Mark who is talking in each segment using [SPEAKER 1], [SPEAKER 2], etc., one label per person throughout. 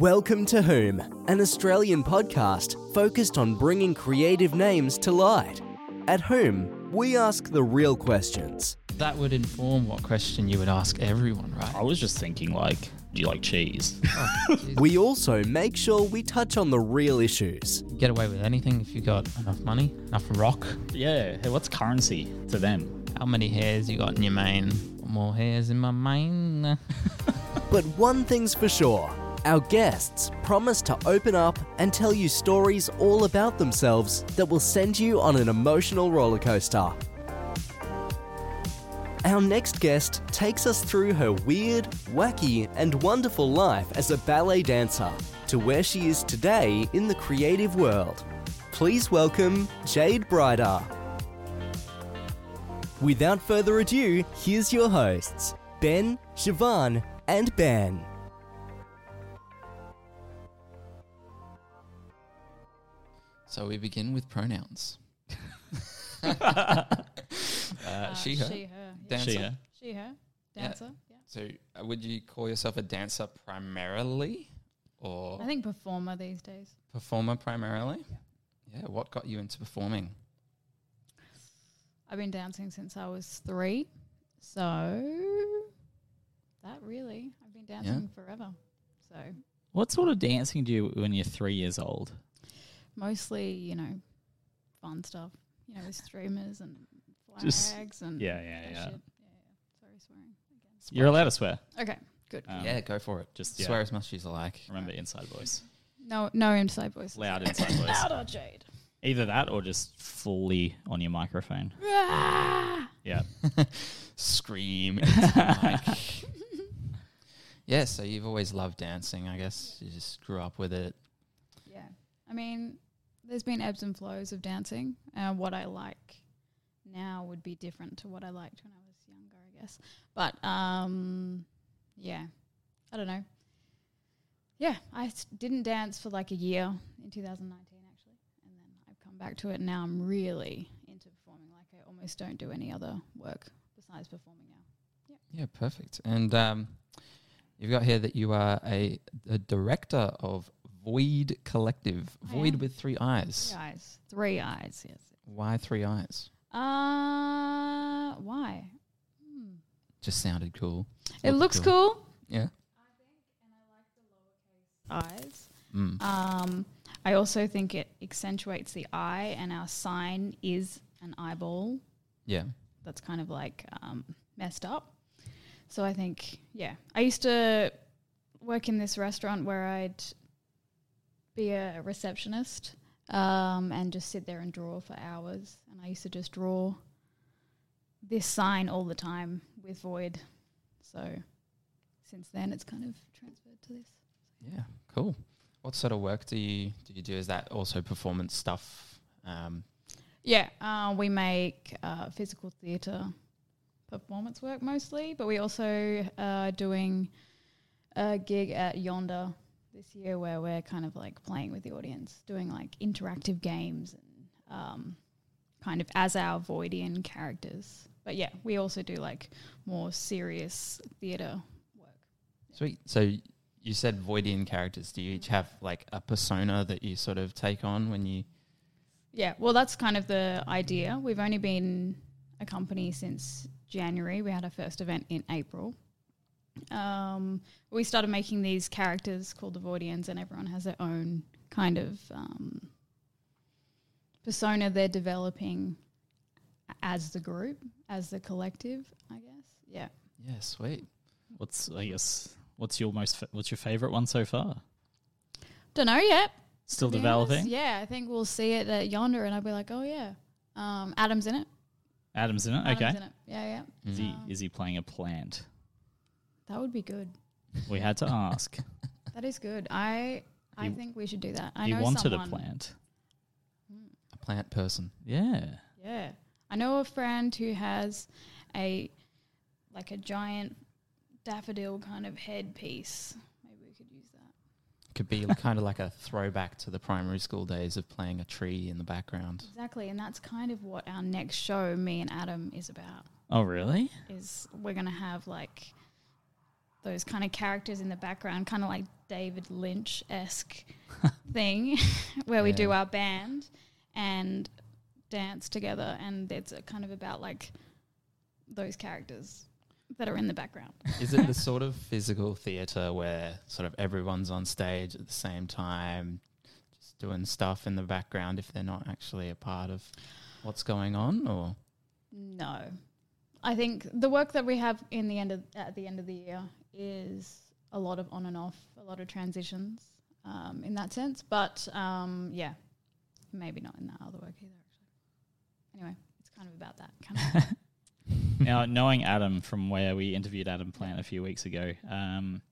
[SPEAKER 1] Welcome to Whom, an Australian podcast focused on bringing creative names to light. At Whom, we ask the real questions.
[SPEAKER 2] That would inform what question you would ask everyone, right?
[SPEAKER 3] I was just thinking, like, do you like cheese?
[SPEAKER 1] We also make sure we touch on the real issues.
[SPEAKER 2] Get away with anything if you got enough money, enough rock.
[SPEAKER 3] yeah. Hey, what's currency to them?
[SPEAKER 2] How many hairs you got in your mane? More hairs in my mane.
[SPEAKER 1] But one thing's for sure our guests promise to open up and tell you stories all about themselves that will send you on an emotional rollercoaster. Our next guest takes us through her weird, wacky, and wonderful life as a ballet dancer to where she is today in the creative world. Please welcome Jade Brider. Without further ado, here's your hosts, Ben, Siobhan, and Ben.
[SPEAKER 2] So we begin with pronouns. uh,
[SPEAKER 4] Uh,
[SPEAKER 2] she, her,
[SPEAKER 4] She, her. Yeah.
[SPEAKER 2] dancer.
[SPEAKER 3] She, her.
[SPEAKER 4] She, her.
[SPEAKER 2] Yeah.
[SPEAKER 4] Dancer. Yeah.
[SPEAKER 2] So uh, would you call yourself a dancer primarily or
[SPEAKER 4] I think performer these days.
[SPEAKER 2] performer primarily? Yeah. what got you into performing?
[SPEAKER 4] I've been dancing since I was three. So that really, I've been dancing forever. So
[SPEAKER 3] What sort of dancing do you when you're three years old?
[SPEAKER 4] mostly, you know, fun stuff, you know, with streamers and
[SPEAKER 3] Just-
[SPEAKER 4] flags and.
[SPEAKER 3] yeah, yeah,
[SPEAKER 4] that
[SPEAKER 3] yeah.
[SPEAKER 4] shit. Sorry, swearing.
[SPEAKER 3] You're allowed to swear.
[SPEAKER 4] Okay, good.
[SPEAKER 3] Um,
[SPEAKER 2] yeah, go for it.
[SPEAKER 3] just, yeah.
[SPEAKER 2] swear as much as you like.
[SPEAKER 3] Remember inside voice,
[SPEAKER 4] No, no inside voices.
[SPEAKER 3] loud inside voice.
[SPEAKER 4] Loud or Jade.
[SPEAKER 3] Either that or just fully on your microphone.
[SPEAKER 4] Ah!
[SPEAKER 3] Yeah.
[SPEAKER 2] scream. into the mic. yeah, so you've always loved dancing, I guess. You just grew up with it.
[SPEAKER 4] Yeah. I mean, there's been ebbs and flows of dancing. Uh, what I like now would be different to what I liked when I was younger, I guess. But um, yeah, I don't know. Yeah, I s- didn't dance for like a year in 2019, actually. And then I've come back to it. Now I'm really into performing. Like, I almost don't do any other work besides performing now.
[SPEAKER 2] Yeah, perfect. And um, you've got here that you are a, a director of Void Collective,
[SPEAKER 4] I
[SPEAKER 2] Void
[SPEAKER 4] am.
[SPEAKER 2] with three eyes.
[SPEAKER 4] Three eyes. Three eyes, yes.
[SPEAKER 2] Why three eyes?
[SPEAKER 4] Uh, why? Hmm.
[SPEAKER 2] Just sounded cool.
[SPEAKER 4] It
[SPEAKER 2] Looked
[SPEAKER 4] looks cool.
[SPEAKER 2] Yeah.
[SPEAKER 4] eyes.
[SPEAKER 2] Mm.
[SPEAKER 4] Um, I also think it accentuates the eye, and our sign is an eyeball.
[SPEAKER 2] Yeah.
[SPEAKER 4] That's kind of like um, messed up. So I think, yeah, I used to work in this restaurant where I'd be a receptionist um, and just sit there and draw for hours. And I used to just draw this sign all the time with void. So since then, it's kind of transferred to this.
[SPEAKER 2] Yeah. Cool. What sort of work do you do? You do is that also performance stuff? Um,
[SPEAKER 4] Yeah, uh, we make uh, physical theatre performance work mostly, but we also are doing a gig at Yonder this year where we're kind of like playing with the audience, doing like interactive games and um, kind of as our Voidian characters. But yeah, we also do like more serious theatre work.
[SPEAKER 2] Sweet. So y- you said Voidian characters. Do you each have like a persona that you sort of take on when you?
[SPEAKER 4] Yeah, well, that's kind of the idea. We've only been a company since January. We had our first event in April. Um, we started making these characters called the Voidians, and everyone has their own kind of um, persona they're developing as the group, as the collective, I guess. Yeah.
[SPEAKER 2] Yeah, sweet.
[SPEAKER 3] What's I guess what's your most fa- what's your favorite one so far?
[SPEAKER 4] Don't know yet.
[SPEAKER 3] Still
[SPEAKER 4] to be honest.
[SPEAKER 3] developing.
[SPEAKER 4] Yeah, I think we'll see it at Yonder, and I'll be like, oh, yeah. Um, Adam's in it.
[SPEAKER 3] Adam's in it.
[SPEAKER 4] Adam's
[SPEAKER 3] okay.
[SPEAKER 4] in it. Um, Yeah, yeah.
[SPEAKER 3] Is he is he playing a plant?
[SPEAKER 4] That would be good.
[SPEAKER 3] We had to ask.
[SPEAKER 4] That is good. I I
[SPEAKER 3] You-
[SPEAKER 4] think we should do that. I
[SPEAKER 3] he
[SPEAKER 4] know
[SPEAKER 3] wanted
[SPEAKER 4] someone,
[SPEAKER 3] a plant.
[SPEAKER 2] A plant person.
[SPEAKER 3] Yeah.
[SPEAKER 4] Yeah, I know a friend who has a like a giant daffodil kind of headpiece. Maybe we could use that.
[SPEAKER 2] Could be kind of like a throwback to the primary school days of playing a tree in the background.
[SPEAKER 4] Exactly, and that's kind of what our next show, me and Adam, is about.
[SPEAKER 3] Oh really?
[SPEAKER 4] Is we're gonna have like those kind of characters in the background, kind of like David Lynch esque thing, where we do
[SPEAKER 2] Yeah.
[SPEAKER 4] our band and dance together, and it's uh, kind of about like those characters that are in the background.
[SPEAKER 2] Is it the sort of physical theatre where sort of everyone's on stage at the same time, just doing stuff in the background if they're not actually a part of what's going on? Or
[SPEAKER 4] No, I think the work that we have in the end of, at the end of the year is a lot of on and off, a lot of transitions um, in that sense. But um, yeah, maybe not in that other work either. Actually, anyway, it's kind of about that. Kind of.
[SPEAKER 3] now, knowing Adam from where we interviewed Adam Plant a few weeks ago, um,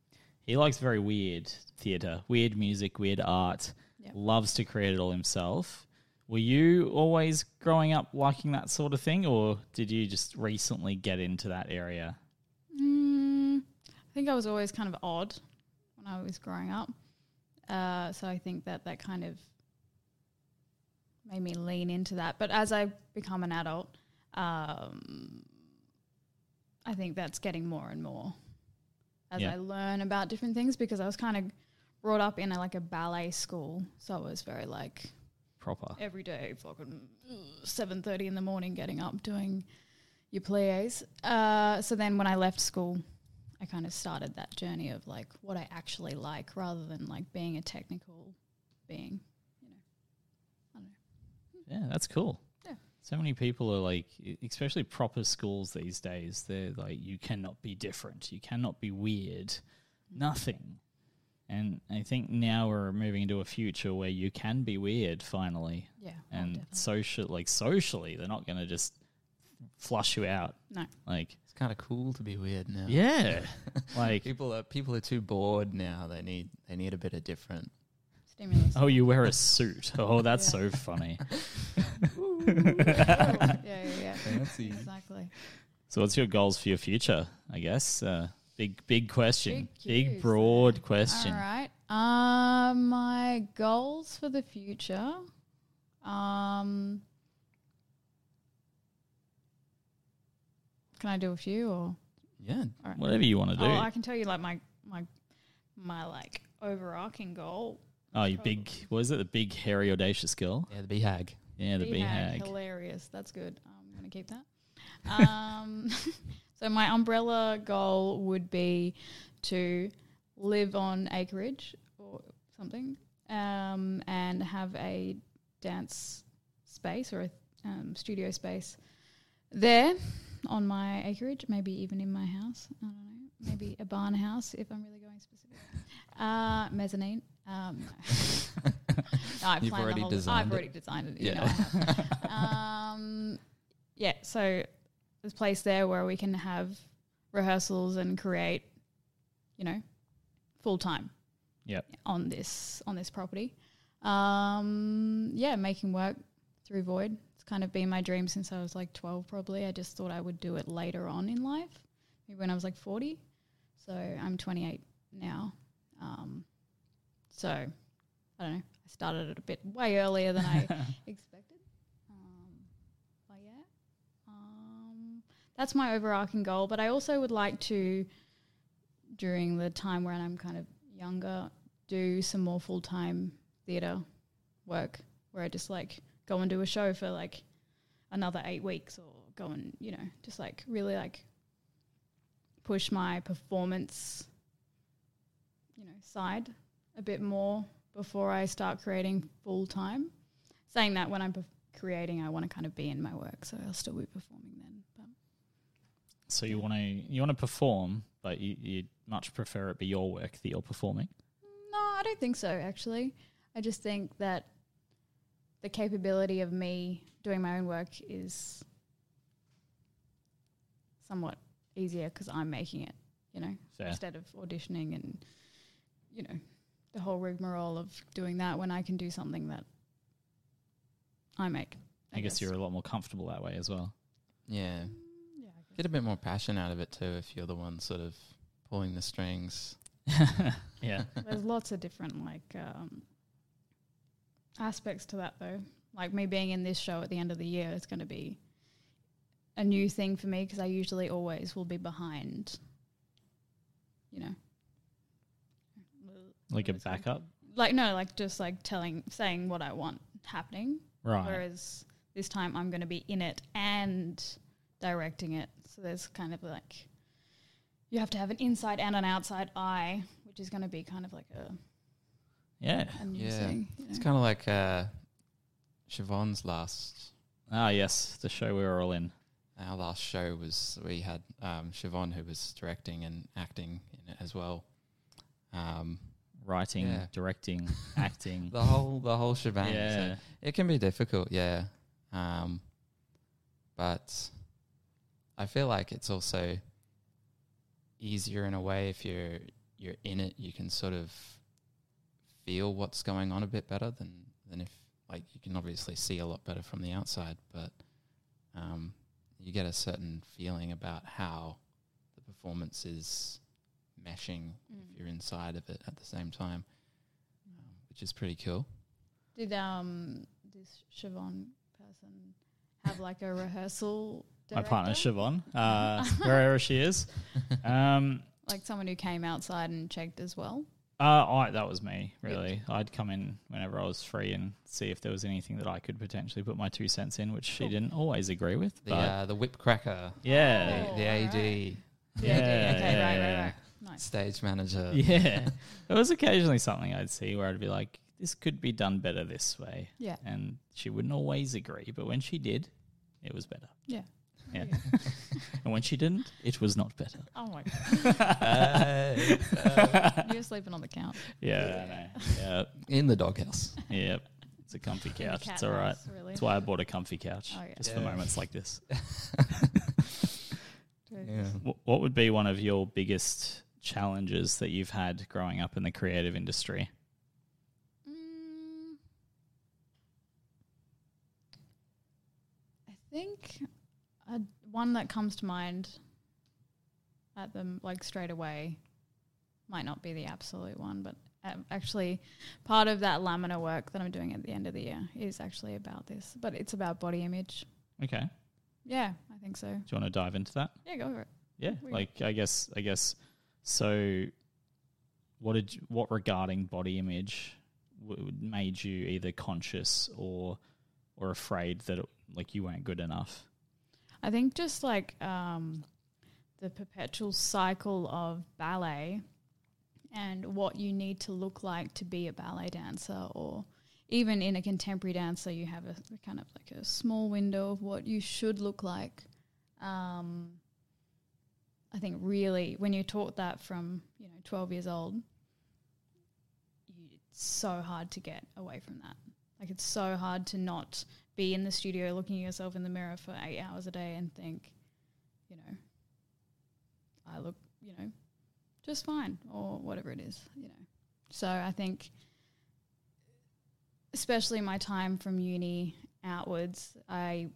[SPEAKER 3] he likes very weird theatre, weird music, weird art,
[SPEAKER 4] Yep.
[SPEAKER 3] loves to create it all himself. Were you always growing up liking that sort of thing, or did you just recently get into that area?
[SPEAKER 4] Mm, I think I was always kind of odd when I was growing up. Uh, so I think that that kind of made me lean into that. But as I become an adult, um, I think that's getting more and more as
[SPEAKER 3] Yeah.
[SPEAKER 4] I learn about different things because I was kind of brought up in a, like a ballet school. So I was very like
[SPEAKER 3] Proper.
[SPEAKER 4] every day, fucking seven thirty in the morning, getting up doing your plies. Uh, so then, when I left school, I kind of started that journey of like what I actually like, rather than like being a technical being.
[SPEAKER 3] Yeah, that's cool.
[SPEAKER 4] Yeah.
[SPEAKER 3] So many people are like, e- especially proper schools these days, they're like, you cannot be different. You cannot be weird. Nothing. And I think now we're moving into a future where you can be weird finally.
[SPEAKER 4] Yeah,
[SPEAKER 3] And social, like socially, they're not going to just flush you out.
[SPEAKER 4] No.
[SPEAKER 3] Like,
[SPEAKER 2] it's kind of cool to be weird now.
[SPEAKER 3] yeah. like,
[SPEAKER 2] People are people are too bored now. They need they need a bit of different.
[SPEAKER 4] stimulus.
[SPEAKER 3] oh, you wear a suit. Oh, that's so
[SPEAKER 4] Yeah.
[SPEAKER 3] funny.
[SPEAKER 4] yeah, yeah, yeah.
[SPEAKER 2] Fancy.
[SPEAKER 4] Exactly.
[SPEAKER 3] So, what's your goals for your future? I guess uh, big, big question,
[SPEAKER 4] Big
[SPEAKER 3] big,
[SPEAKER 4] cues
[SPEAKER 3] broad question.
[SPEAKER 4] All right. Um, my goals for the future. Um, can I do a few or?
[SPEAKER 2] Yeah.
[SPEAKER 3] Whatever you want to do.
[SPEAKER 4] Oh, I can tell you like my my my like overarching goal.
[SPEAKER 3] oh, you big. What is it? The big hairy audacious girl.
[SPEAKER 2] Yeah, the BHAG.
[SPEAKER 3] Yeah, the big
[SPEAKER 4] BHAG,
[SPEAKER 3] hag.
[SPEAKER 4] Hilarious. That's good. I'm gonna keep that. Um, so my umbrella goal would be to live on acreage or something, um, and have a dance space or a um, studio space there on my acreage. Maybe even in my house. I don't know. Maybe a barn house if I'm really going specific. Uh, mezzanine. Um, no. No, I've
[SPEAKER 2] You've
[SPEAKER 4] planned the
[SPEAKER 2] already
[SPEAKER 4] whole-
[SPEAKER 2] designed
[SPEAKER 4] I've
[SPEAKER 2] it.
[SPEAKER 4] already designed it. You
[SPEAKER 2] Yeah.
[SPEAKER 4] know, I have. um, yeah. So there's a place there where we can have rehearsals and create, you know, full time.
[SPEAKER 3] Yep.
[SPEAKER 4] On this on this property, um, yeah, making work through Void. It's kind of been my dream since I was like 12. Probably I just thought I would do it later on in life, maybe when I was like 40. So I'm 28 now. Um, so I don't know. I started it a bit way earlier than I expected. Um, but yeah, um, that's my overarching goal. But I also would like to, during the time when I'm kind of younger, do some more full time theatre work where I just like go and do a show for like another eight weeks or go and, you know, just like really like push my performance, you know, side a bit more before I start creating full time. Saying that when I'm perf- creating, I want to kind of be in my work, so I'll still be performing then. But
[SPEAKER 3] So you want to you want to perform, but you you much prefer it be your work that you're performing.
[SPEAKER 4] No, I don't think so, actually. I just think that the capability of me doing my own work is somewhat easier because I'm making it, you know,
[SPEAKER 3] Fair.
[SPEAKER 4] instead of auditioning and, you know, the whole rigmarole of doing that when I can do something that I make.
[SPEAKER 3] I, guess, you're a lot more comfortable that way as well.
[SPEAKER 2] Yeah.
[SPEAKER 4] Yeah, I guess.
[SPEAKER 2] Get a bit more passion out of it too if you're the one sort of pulling the strings.
[SPEAKER 3] Yeah.
[SPEAKER 4] There's lots of different like um, aspects to that though. Like me being in this show at the end of the year is going to be a new thing for me because I usually always will be behind you know.
[SPEAKER 3] Like a
[SPEAKER 4] That's fine.
[SPEAKER 3] backup,
[SPEAKER 4] Like no, like just like telling saying what I want happening.
[SPEAKER 3] right?
[SPEAKER 4] Whereas this time I'm going to be in it and directing it. So there's kind of like you have to have an inside and an outside eye, which is going to be kind of like a,
[SPEAKER 3] Yeah.
[SPEAKER 4] a new
[SPEAKER 2] Yeah.
[SPEAKER 4] thing. you
[SPEAKER 2] It's
[SPEAKER 4] know.
[SPEAKER 2] kind of like uh, Siobhan's last
[SPEAKER 3] Ah, yes, the show we were all in.
[SPEAKER 2] our last show was we had um, Siobhan who was directing and acting in it as well. Um,
[SPEAKER 3] Writing,
[SPEAKER 2] Yeah.
[SPEAKER 3] directing, acting.
[SPEAKER 2] the whole the whole shebang. So
[SPEAKER 3] yeah.
[SPEAKER 2] it can be difficult, yeah. Um, but I feel like it's also easier in a way if you're you're in it. You can sort of feel what's going on a bit better than than if like you can obviously see a lot better from the outside, but um, you get a certain feeling about how the performance is meshing if
[SPEAKER 4] Mm.
[SPEAKER 2] you're inside of it at the same time, um, which is pretty cool.
[SPEAKER 4] Did um this Siobhan person have like a rehearsal?
[SPEAKER 3] My
[SPEAKER 4] Director?
[SPEAKER 3] partner Siobhan, uh, wherever she is. Um,
[SPEAKER 4] like someone who came outside and checked as well.
[SPEAKER 3] uh, I, that was me, really. I'd come in whenever I was free and see if there was anything that I could potentially put my two cents in, which she
[SPEAKER 4] Cool.
[SPEAKER 3] didn't always agree with.
[SPEAKER 2] The
[SPEAKER 3] But
[SPEAKER 2] uh, the whip cracker, the,
[SPEAKER 3] yeah,
[SPEAKER 4] Oh,
[SPEAKER 2] the AD,
[SPEAKER 3] Yeah,
[SPEAKER 4] okay,
[SPEAKER 3] yeah,
[SPEAKER 4] right,
[SPEAKER 3] yeah.
[SPEAKER 4] right, Oh, right. Nice.
[SPEAKER 2] stage manager.
[SPEAKER 3] yeah. there was occasionally something I'd see where I'd be like, this could be done better this way.
[SPEAKER 4] Yeah.
[SPEAKER 3] And she wouldn't always agree, but when she did, it was better.
[SPEAKER 4] Yeah.
[SPEAKER 3] Yeah. and when she didn't, it was not better.
[SPEAKER 4] Oh my
[SPEAKER 2] Hey,
[SPEAKER 4] god, you're sleeping on the couch.
[SPEAKER 3] Yeah. I know.
[SPEAKER 2] in the doghouse.
[SPEAKER 3] yeah. Yeah. It's a comfy
[SPEAKER 4] In the
[SPEAKER 3] couch.
[SPEAKER 4] cat
[SPEAKER 3] It's all right.
[SPEAKER 4] house, Really.
[SPEAKER 3] That's why I bought a comfy couch.
[SPEAKER 4] Oh, yeah.
[SPEAKER 3] Just for
[SPEAKER 2] Yeah.
[SPEAKER 3] moments like this.
[SPEAKER 4] Dude.
[SPEAKER 2] Yeah.
[SPEAKER 3] Wh- What would be one of your biggest challenges that you've had growing up in the creative industry?
[SPEAKER 4] Mm. I think uh, one that comes to mind at them like straight away might not be the absolute one, but um, actually part of that laminar work that I'm doing at the end of the year is actually about this, but it's about body image.
[SPEAKER 3] Okay. Do
[SPEAKER 4] Yeah, I think so.
[SPEAKER 3] you want to dive into that?
[SPEAKER 4] Yeah, go for it.
[SPEAKER 3] Yeah,
[SPEAKER 4] We-
[SPEAKER 3] like I guess I guess so. What did you- what regarding body image w- w- made you either conscious or or afraid that it, like you weren't good enough?
[SPEAKER 4] I think just like um, the perpetual cycle of ballet and what you need to look like to be a ballet dancer, or even in a contemporary dancer, you have a kind of like a small window of what you should look like. Um, I think really when you're taught that from you know 12 years old, you, it's so hard to get away from that. Like it's so hard to not be in the studio looking at yourself in the mirror for eight hours a day and think, you know, I look, you know, just fine or whatever it is, you know. So I think, especially my time from uni outwards, I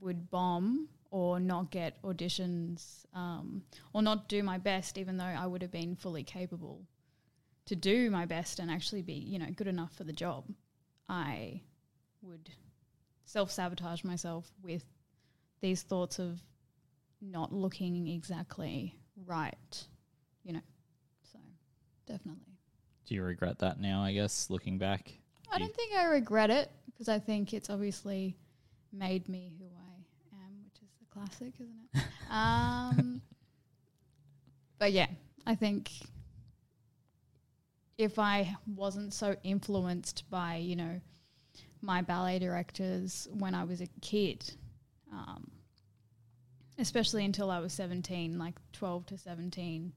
[SPEAKER 4] would bomb or not get auditions um, or not do my best, even though I would have been fully capable to do my best and actually be, you know, good enough for the job. I would self sabotage myself with these thoughts of not looking exactly right, you know. So definitely.
[SPEAKER 3] Do you regret that now? I guess looking back,
[SPEAKER 4] I
[SPEAKER 3] Do you-
[SPEAKER 4] don't think I regret it because I think it's obviously made me who I am, which is the classic, isn't it? um, but yeah, I think if I wasn't so influenced by, you know, my ballet directors when I was a kid, um, especially until I was 17, like 12 to 17,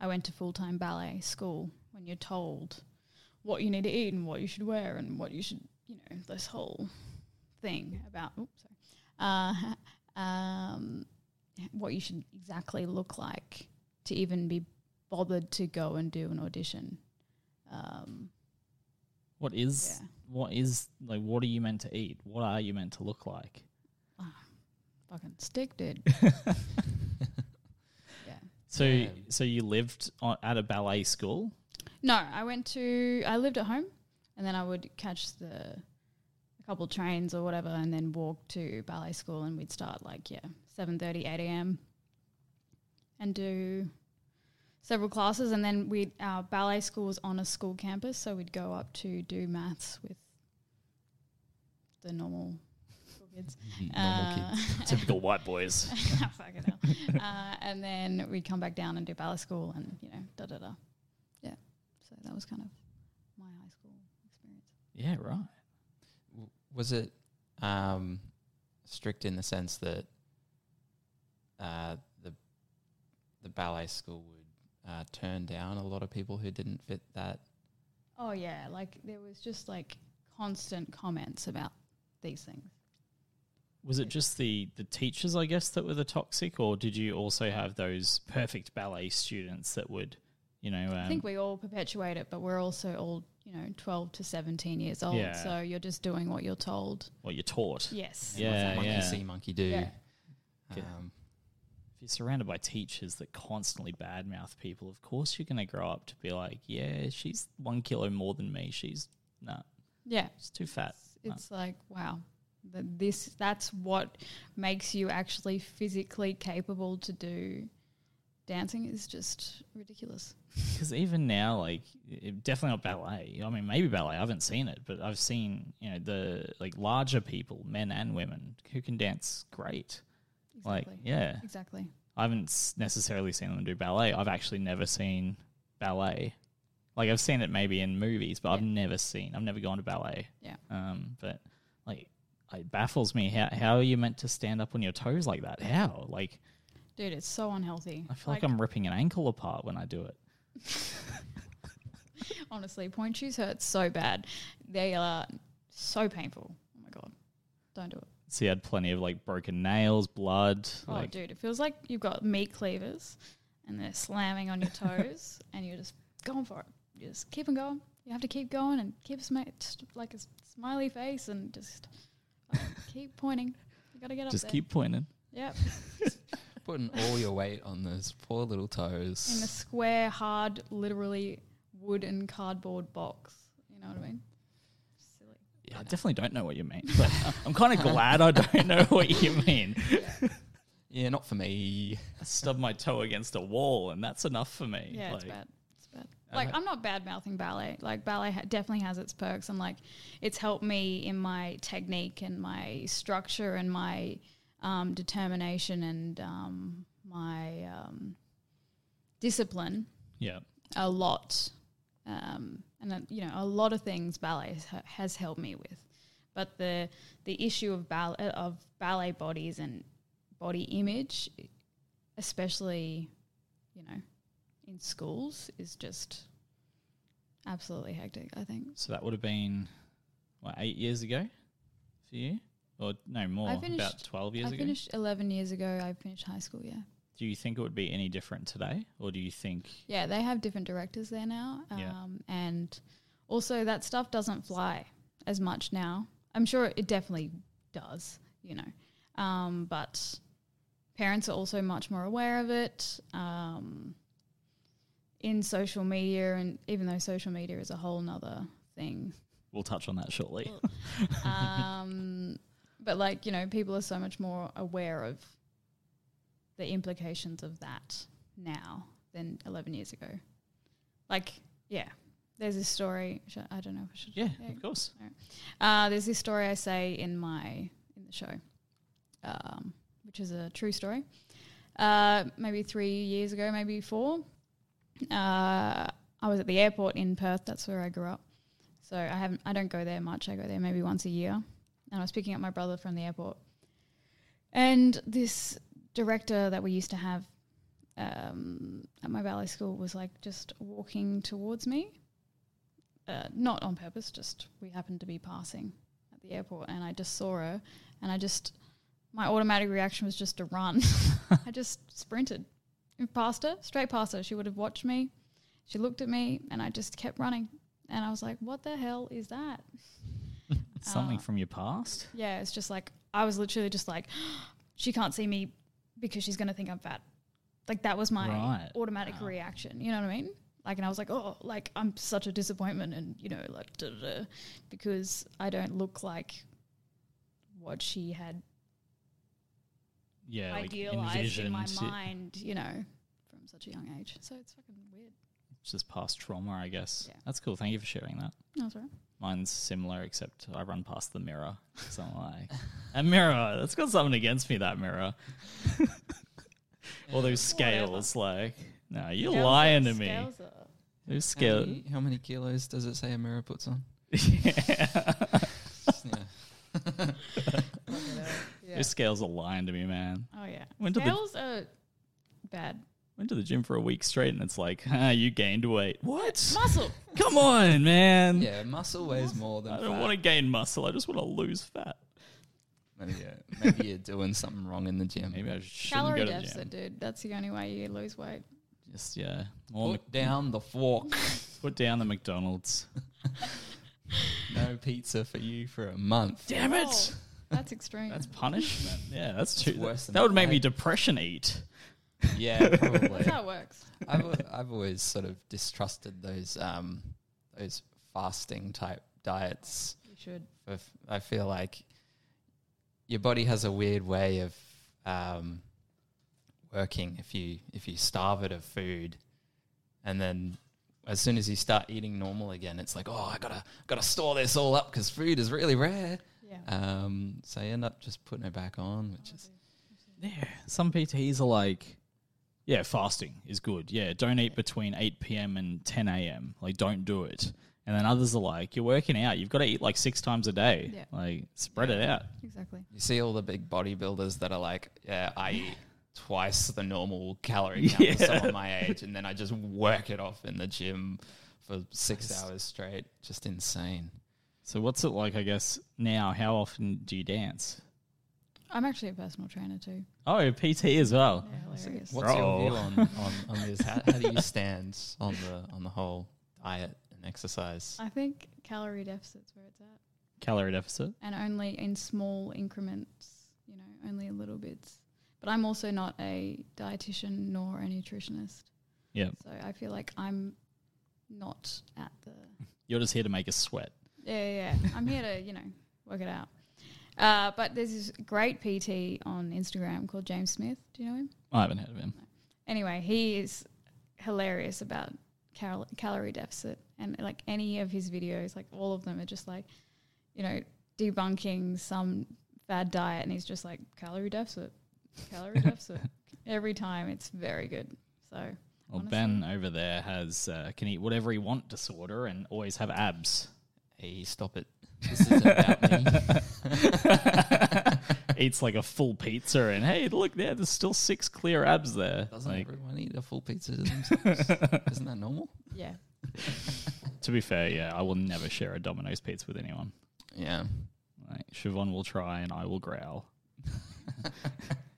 [SPEAKER 4] I went to full time ballet school when you're told what you need to eat and what you should wear and what you should, you know, this whole thing about oops, sorry, uh, um, what you should exactly look like to even be bothered to go and do an audition. Um,
[SPEAKER 3] what is
[SPEAKER 4] yeah,
[SPEAKER 3] what is like what are you meant to eat? What are you meant to look like?
[SPEAKER 4] fucking stick, dude. yeah.
[SPEAKER 3] So
[SPEAKER 2] Yeah.
[SPEAKER 3] so you lived on, at a ballet school.
[SPEAKER 4] No, I went to. I lived at home, and then I would catch the a couple trains or whatever, and then walk to ballet school, and we'd start like yeah, 7.30, 8 a.m. and do several classes, and then we our ballet school was on a school campus, so we'd go up to do maths with the normal school kids.
[SPEAKER 2] Normal
[SPEAKER 4] Uh,
[SPEAKER 3] Typical white boys.
[SPEAKER 4] Fucking hell. Uh, and then we'd come back down and do ballet school, and you know, da da da. Yeah, so that was kind of my high school experience.
[SPEAKER 3] Yeah, right.
[SPEAKER 2] W- Was it um, strict in the sense that uh, the the ballet school would uh, turn down a lot of people who didn't fit that?
[SPEAKER 4] Oh yeah, like there was just like constant comments about these things.
[SPEAKER 3] Was it just the the teachers, I guess, that were the toxic, or did you also have those perfect ballet students that would, you know, um,
[SPEAKER 4] I think we all perpetuate it, but we're also all you know twelve to seventeen years old,
[SPEAKER 3] Yeah.
[SPEAKER 4] so you're just doing what you're told.
[SPEAKER 3] what you're taught?
[SPEAKER 4] Yes.
[SPEAKER 3] Yeah,
[SPEAKER 2] monkey
[SPEAKER 3] yeah.
[SPEAKER 2] see, monkey do.
[SPEAKER 4] Yeah.
[SPEAKER 3] Yeah.
[SPEAKER 2] Um,
[SPEAKER 3] If you're surrounded by teachers that constantly badmouth people, of course you're going to grow up to be like, yeah, she's one kilo more than me. She's nah,
[SPEAKER 4] Yeah.
[SPEAKER 3] she's too fat. Nah.
[SPEAKER 4] It's like wow, th- this that's what makes you actually physically capable to do dancing is just ridiculous.
[SPEAKER 3] Because even now, like it, definitely not ballet. I mean, maybe ballet. I haven't seen it, but I've seen you know the like larger people, men and women, who can dance great.
[SPEAKER 4] Exactly.
[SPEAKER 3] Like yeah,
[SPEAKER 4] Exactly.
[SPEAKER 3] I haven't s- necessarily seen them do ballet. I've actually never seen ballet. Like I've seen it maybe in movies, but I've
[SPEAKER 4] Yeah.
[SPEAKER 3] never seen. I've never gone to ballet.
[SPEAKER 4] Yeah.
[SPEAKER 3] Um, but like it baffles me how how are you meant to stand up on your toes like that? How like
[SPEAKER 4] Dude, it's so unhealthy.
[SPEAKER 3] I feel like I'm ripping an ankle apart when I do it.
[SPEAKER 4] honestly, point shoes hurt so bad. They are so painful. Oh my god. Don't do it.
[SPEAKER 3] See, I had plenty of like broken nails, blood.
[SPEAKER 4] Oh,
[SPEAKER 3] like,
[SPEAKER 4] dude, it feels like you've got meat cleavers and they're slamming on your toes and you're just going for it. You just keep on going. You have to keep going and keep smi- just like a s- smiley face and just uh, keep pointing. You got to get up
[SPEAKER 3] just
[SPEAKER 4] there.
[SPEAKER 3] keep pointing.
[SPEAKER 4] Yep.
[SPEAKER 2] putting all your weight on those poor little toes.
[SPEAKER 4] In a square, hard, literally wood and cardboard box. You know what I mean? Silly.
[SPEAKER 3] I definitely don't know what you mean, but I'm kind of glad I don't know what you mean.
[SPEAKER 2] Yeah, not for me.
[SPEAKER 3] I stubbed my toe against a wall, and that's enough for me.
[SPEAKER 4] Yeah, it's
[SPEAKER 3] Like,
[SPEAKER 4] bad. It's bad. Like I'm not bad mouthing ballet. Like ballet ha- definitely has its perks, and like it's helped me in my technique and my structure and my um, determination and um, my um, discipline
[SPEAKER 3] Yeah,
[SPEAKER 4] a lot. Um, and uh, you know, a lot of things ballet has, has helped me with. But the the issue of ballet of ballet bodies and body image, especially, you know, in schools, is just absolutely hectic. I think
[SPEAKER 3] so that would have been what eight years ago for you, or no more, about
[SPEAKER 4] finished-
[SPEAKER 3] twelve years
[SPEAKER 4] I
[SPEAKER 3] ago.
[SPEAKER 4] finished eleven years ago. I finished high school. Yeah,
[SPEAKER 3] Do you think it would be any different today, or do you think?
[SPEAKER 4] yeah. They have different directors there now, um,
[SPEAKER 3] Yeah.
[SPEAKER 4] and also that stuff doesn't fly as much now. I'm sure it definitely does, you know. Um, but parents are also much more aware of it. Um, in social media, and even though social media is a whole nother thing,
[SPEAKER 3] We'll touch on that shortly.
[SPEAKER 4] um, but like you know, people are so much more aware of the implications of that now than eleven years ago. Like, yeah, there's this story. Sh- I don't know if I should.
[SPEAKER 3] Yeah, of course.
[SPEAKER 4] Uh, there's this story I say in my in the show, um, which is a true story. Uh, maybe three years ago, maybe four. Uh, I was at the airport in Perth. That's where I grew up. So I haven't. I don't go there much. I go there maybe once a year. And I was picking up my brother from the airport, and this director that we used to have um, at my ballet school was like just walking towards me uh, not on purpose, just we happened to be passing at the airport and I just saw her and I just, my automatic reaction was just to run. I just sprinted past her, straight past her. She would have watched me. She looked at me and I just kept running. And I was like, what the hell is that?
[SPEAKER 3] Something
[SPEAKER 4] Uh,
[SPEAKER 3] from your past.
[SPEAKER 4] Yeah, it's just like, I was literally just like, she can't see me because she's going to think I'm fat. Like that was my
[SPEAKER 3] Right.
[SPEAKER 4] automatic
[SPEAKER 3] Wow.
[SPEAKER 4] reaction. You know what I mean? Like, and I was like, oh, like I'm such a disappointment, and you know, like, da, da, da, because I don't look like what she had
[SPEAKER 3] Yeah, like
[SPEAKER 4] idealized in my
[SPEAKER 3] envisioned it.
[SPEAKER 4] mind, you know, from such a young age. So it's fucking weird.
[SPEAKER 3] It's just past trauma, I guess.
[SPEAKER 4] Yeah.
[SPEAKER 3] That's cool. Thank you for sharing that.
[SPEAKER 4] No, sorry.
[SPEAKER 3] Mine's similar, except I run past the mirror. So I'm like, a mirror. That's got something against me. That mirror. All those scales. Like, no, you're lying to me. Those
[SPEAKER 2] How many-
[SPEAKER 3] scales.
[SPEAKER 2] How many kilos does it say a mirror puts on? yeah.
[SPEAKER 4] Yeah.
[SPEAKER 3] Those scales are lying to me, man.
[SPEAKER 4] Oh yeah.
[SPEAKER 3] Went to the-
[SPEAKER 4] Scales are bad.
[SPEAKER 3] Went to the gym for a week straight, and it's like, ah, you gained weight. What?
[SPEAKER 4] Muscle.
[SPEAKER 3] Come on, man.
[SPEAKER 2] Yeah, muscle weighs more than
[SPEAKER 3] Mm. I don't
[SPEAKER 2] fat.
[SPEAKER 3] want to gain muscle. I just want to lose fat.
[SPEAKER 2] Maybe, yeah, maybe you're doing something wrong in the gym.
[SPEAKER 3] Maybe I shouldn't
[SPEAKER 4] Calorie
[SPEAKER 3] go to the
[SPEAKER 4] deficit,
[SPEAKER 3] gym.
[SPEAKER 4] dude. That's the only way you lose weight.
[SPEAKER 3] Just yeah, more Mc-
[SPEAKER 2] Put down the fork.
[SPEAKER 3] put down the McDonald's.
[SPEAKER 2] no pizza for you for a month.
[SPEAKER 3] Damn it!
[SPEAKER 4] Oh, that's extreme.
[SPEAKER 3] That's punishment. Yeah, that's too.
[SPEAKER 2] worse than
[SPEAKER 3] that would make me
[SPEAKER 2] plague.
[SPEAKER 3] depression eat.
[SPEAKER 2] Yeah,
[SPEAKER 4] That's
[SPEAKER 2] probably.
[SPEAKER 4] how it works.
[SPEAKER 2] I've, al- I've always sort of distrusted those um, those fasting type diets.
[SPEAKER 4] You should.
[SPEAKER 2] If- I feel like your body has a weird way of um, working. If you if you starve it of food, and then as soon as you start eating normal again, it's like oh I gotta gotta store this all up because food is really rare.
[SPEAKER 4] Yeah.
[SPEAKER 3] Uh,
[SPEAKER 2] Um, so you end up just putting it back on, which is
[SPEAKER 3] Yeah, some PTs are like, yeah, fasting is good. Yeah, don't eat between eight PM and ten AM. Like, don't do it. And then others are like, you're working out. You've got to eat like six times a day.
[SPEAKER 4] Yeah.
[SPEAKER 3] Like, spread it out.
[SPEAKER 4] exactly.
[SPEAKER 2] You see all the big bodybuilders that are like, yeah, I eat twice the normal calorie count of someone my age, and then I just work it off in the gym for six hours straight. Just insane.
[SPEAKER 3] So, what's it like? I guess now, how often do you dance?
[SPEAKER 4] I'm actually a personal trainer too.
[SPEAKER 3] Oh, PT as well.
[SPEAKER 4] Yeah, hilarious.
[SPEAKER 2] What's
[SPEAKER 3] Uh-oh.
[SPEAKER 2] your view on, on, on this? How, how do you stand on the on the whole diet and exercise?
[SPEAKER 4] I think calorie deficit's where it's at,
[SPEAKER 3] Calorie deficit.
[SPEAKER 4] and only in small increments. You know, only little bits. But I'm also not a dietitian nor a nutritionist,
[SPEAKER 3] Yeah,
[SPEAKER 4] so I feel like I'm not at the
[SPEAKER 3] you're just here to make us sweat.
[SPEAKER 4] Yeah, yeah. yeah. I'm here to, you know, work it out. Uh, but there's this great PT on Instagram called James Smith. Do you know him?
[SPEAKER 3] I haven't heard of him.
[SPEAKER 4] Anyway, he is hilarious about cal- calorie deficit and like any of his videos, like all of them are just like, you know, debunking some bad diet, and he's just like calorie deficit, calorie deficit every time. It's very good. So
[SPEAKER 3] Well,
[SPEAKER 4] Honestly.
[SPEAKER 3] Ben over there has uh, can eat whatever he want disorder and always have abs.
[SPEAKER 2] Hey, stop it. This is about me.
[SPEAKER 3] Eats like a full pizza and hey, look there, there's still six clear abs there.
[SPEAKER 2] Doesn't
[SPEAKER 3] Like,
[SPEAKER 2] everyone eat a full pizza to themselves? Isn't that normal?
[SPEAKER 4] yeah,
[SPEAKER 3] to be fair, yeah, I will never share a Domino's pizza with anyone.
[SPEAKER 2] Yeah.
[SPEAKER 3] Like Siobhan will try and I will growl.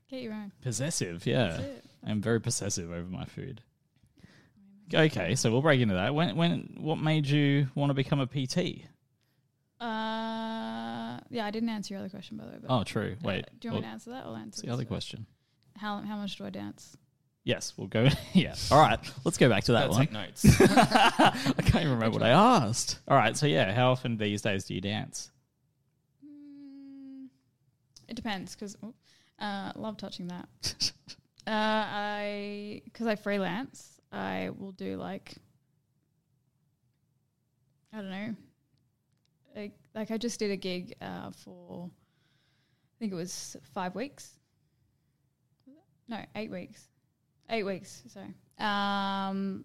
[SPEAKER 4] get your own.
[SPEAKER 3] Possessive, yeah.
[SPEAKER 4] That's it.
[SPEAKER 3] I'm very possessive over my food. Okay, so we'll break into that. When when what made you want to become a PT?
[SPEAKER 4] Uh, yeah, I didn't answer your other question by the way. But
[SPEAKER 3] Oh, true.
[SPEAKER 4] Uh,
[SPEAKER 3] Wait.
[SPEAKER 4] do you
[SPEAKER 3] well,
[SPEAKER 4] want me to answer that? I'll answer
[SPEAKER 3] what's the other
[SPEAKER 4] this one.
[SPEAKER 3] question?
[SPEAKER 4] How how much do I dance?
[SPEAKER 3] Yes, we'll go. yeah. All right. Let's go back to
[SPEAKER 2] Gotta
[SPEAKER 3] that one.
[SPEAKER 2] take notes.
[SPEAKER 3] I can't even remember what I asked. All right. So yeah, how often these days do you dance?
[SPEAKER 4] Mm, it depends because uh, love touching that. uh, I because I freelance, I will do like I don't know, like like I just did a gig uh, for I think it was five weeks. No, eight weeks. Eight weeks, sorry. Um,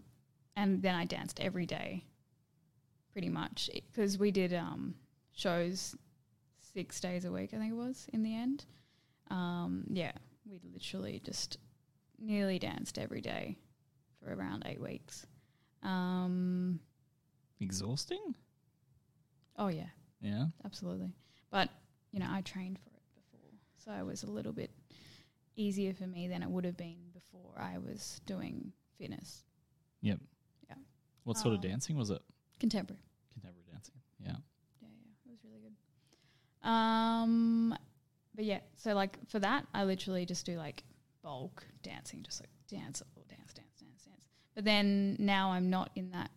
[SPEAKER 4] and then I danced every day, pretty much, because we did um, shows six days a week, I think it was, in the end. Um, yeah, we literally just nearly danced every day for around eight weeks. Um,
[SPEAKER 3] Exhausting.
[SPEAKER 4] oh, yeah,
[SPEAKER 3] Yeah.
[SPEAKER 4] absolutely. But, you know, I trained for it before, so it was a little bit easier for me than it would have been before I was doing fitness,
[SPEAKER 3] Yep.
[SPEAKER 4] Yeah.
[SPEAKER 3] What sort of
[SPEAKER 4] Um,
[SPEAKER 3] dancing was it?
[SPEAKER 4] contemporary.
[SPEAKER 3] Contemporary dancing. Yeah.
[SPEAKER 4] yeah, yeah, it was really good. Um, but yeah, so like for that, I literally just do like bulk dancing, just like dance, oh, dance, dance, dance, dance. But then now I'm not in that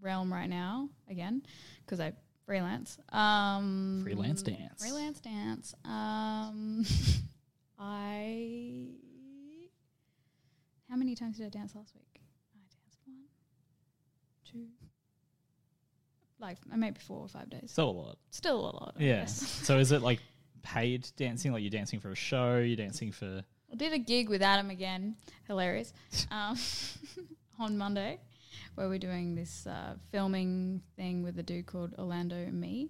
[SPEAKER 4] realm right now again because I freelance. Um,
[SPEAKER 3] Freelance dance.
[SPEAKER 4] Freelance dance. Um, I How many times did I dance last week? I danced one, two, like uh, maybe four or five days.
[SPEAKER 3] So a lot.
[SPEAKER 4] Still a lot. I
[SPEAKER 3] Yeah.
[SPEAKER 4] guess.
[SPEAKER 3] so is it like paid dancing? Like you're dancing for a show? You're dancing for?
[SPEAKER 4] I did a gig with Adam again, hilarious, um, on Monday, where we're doing this uh, filming thing with a dude called Orlando Me,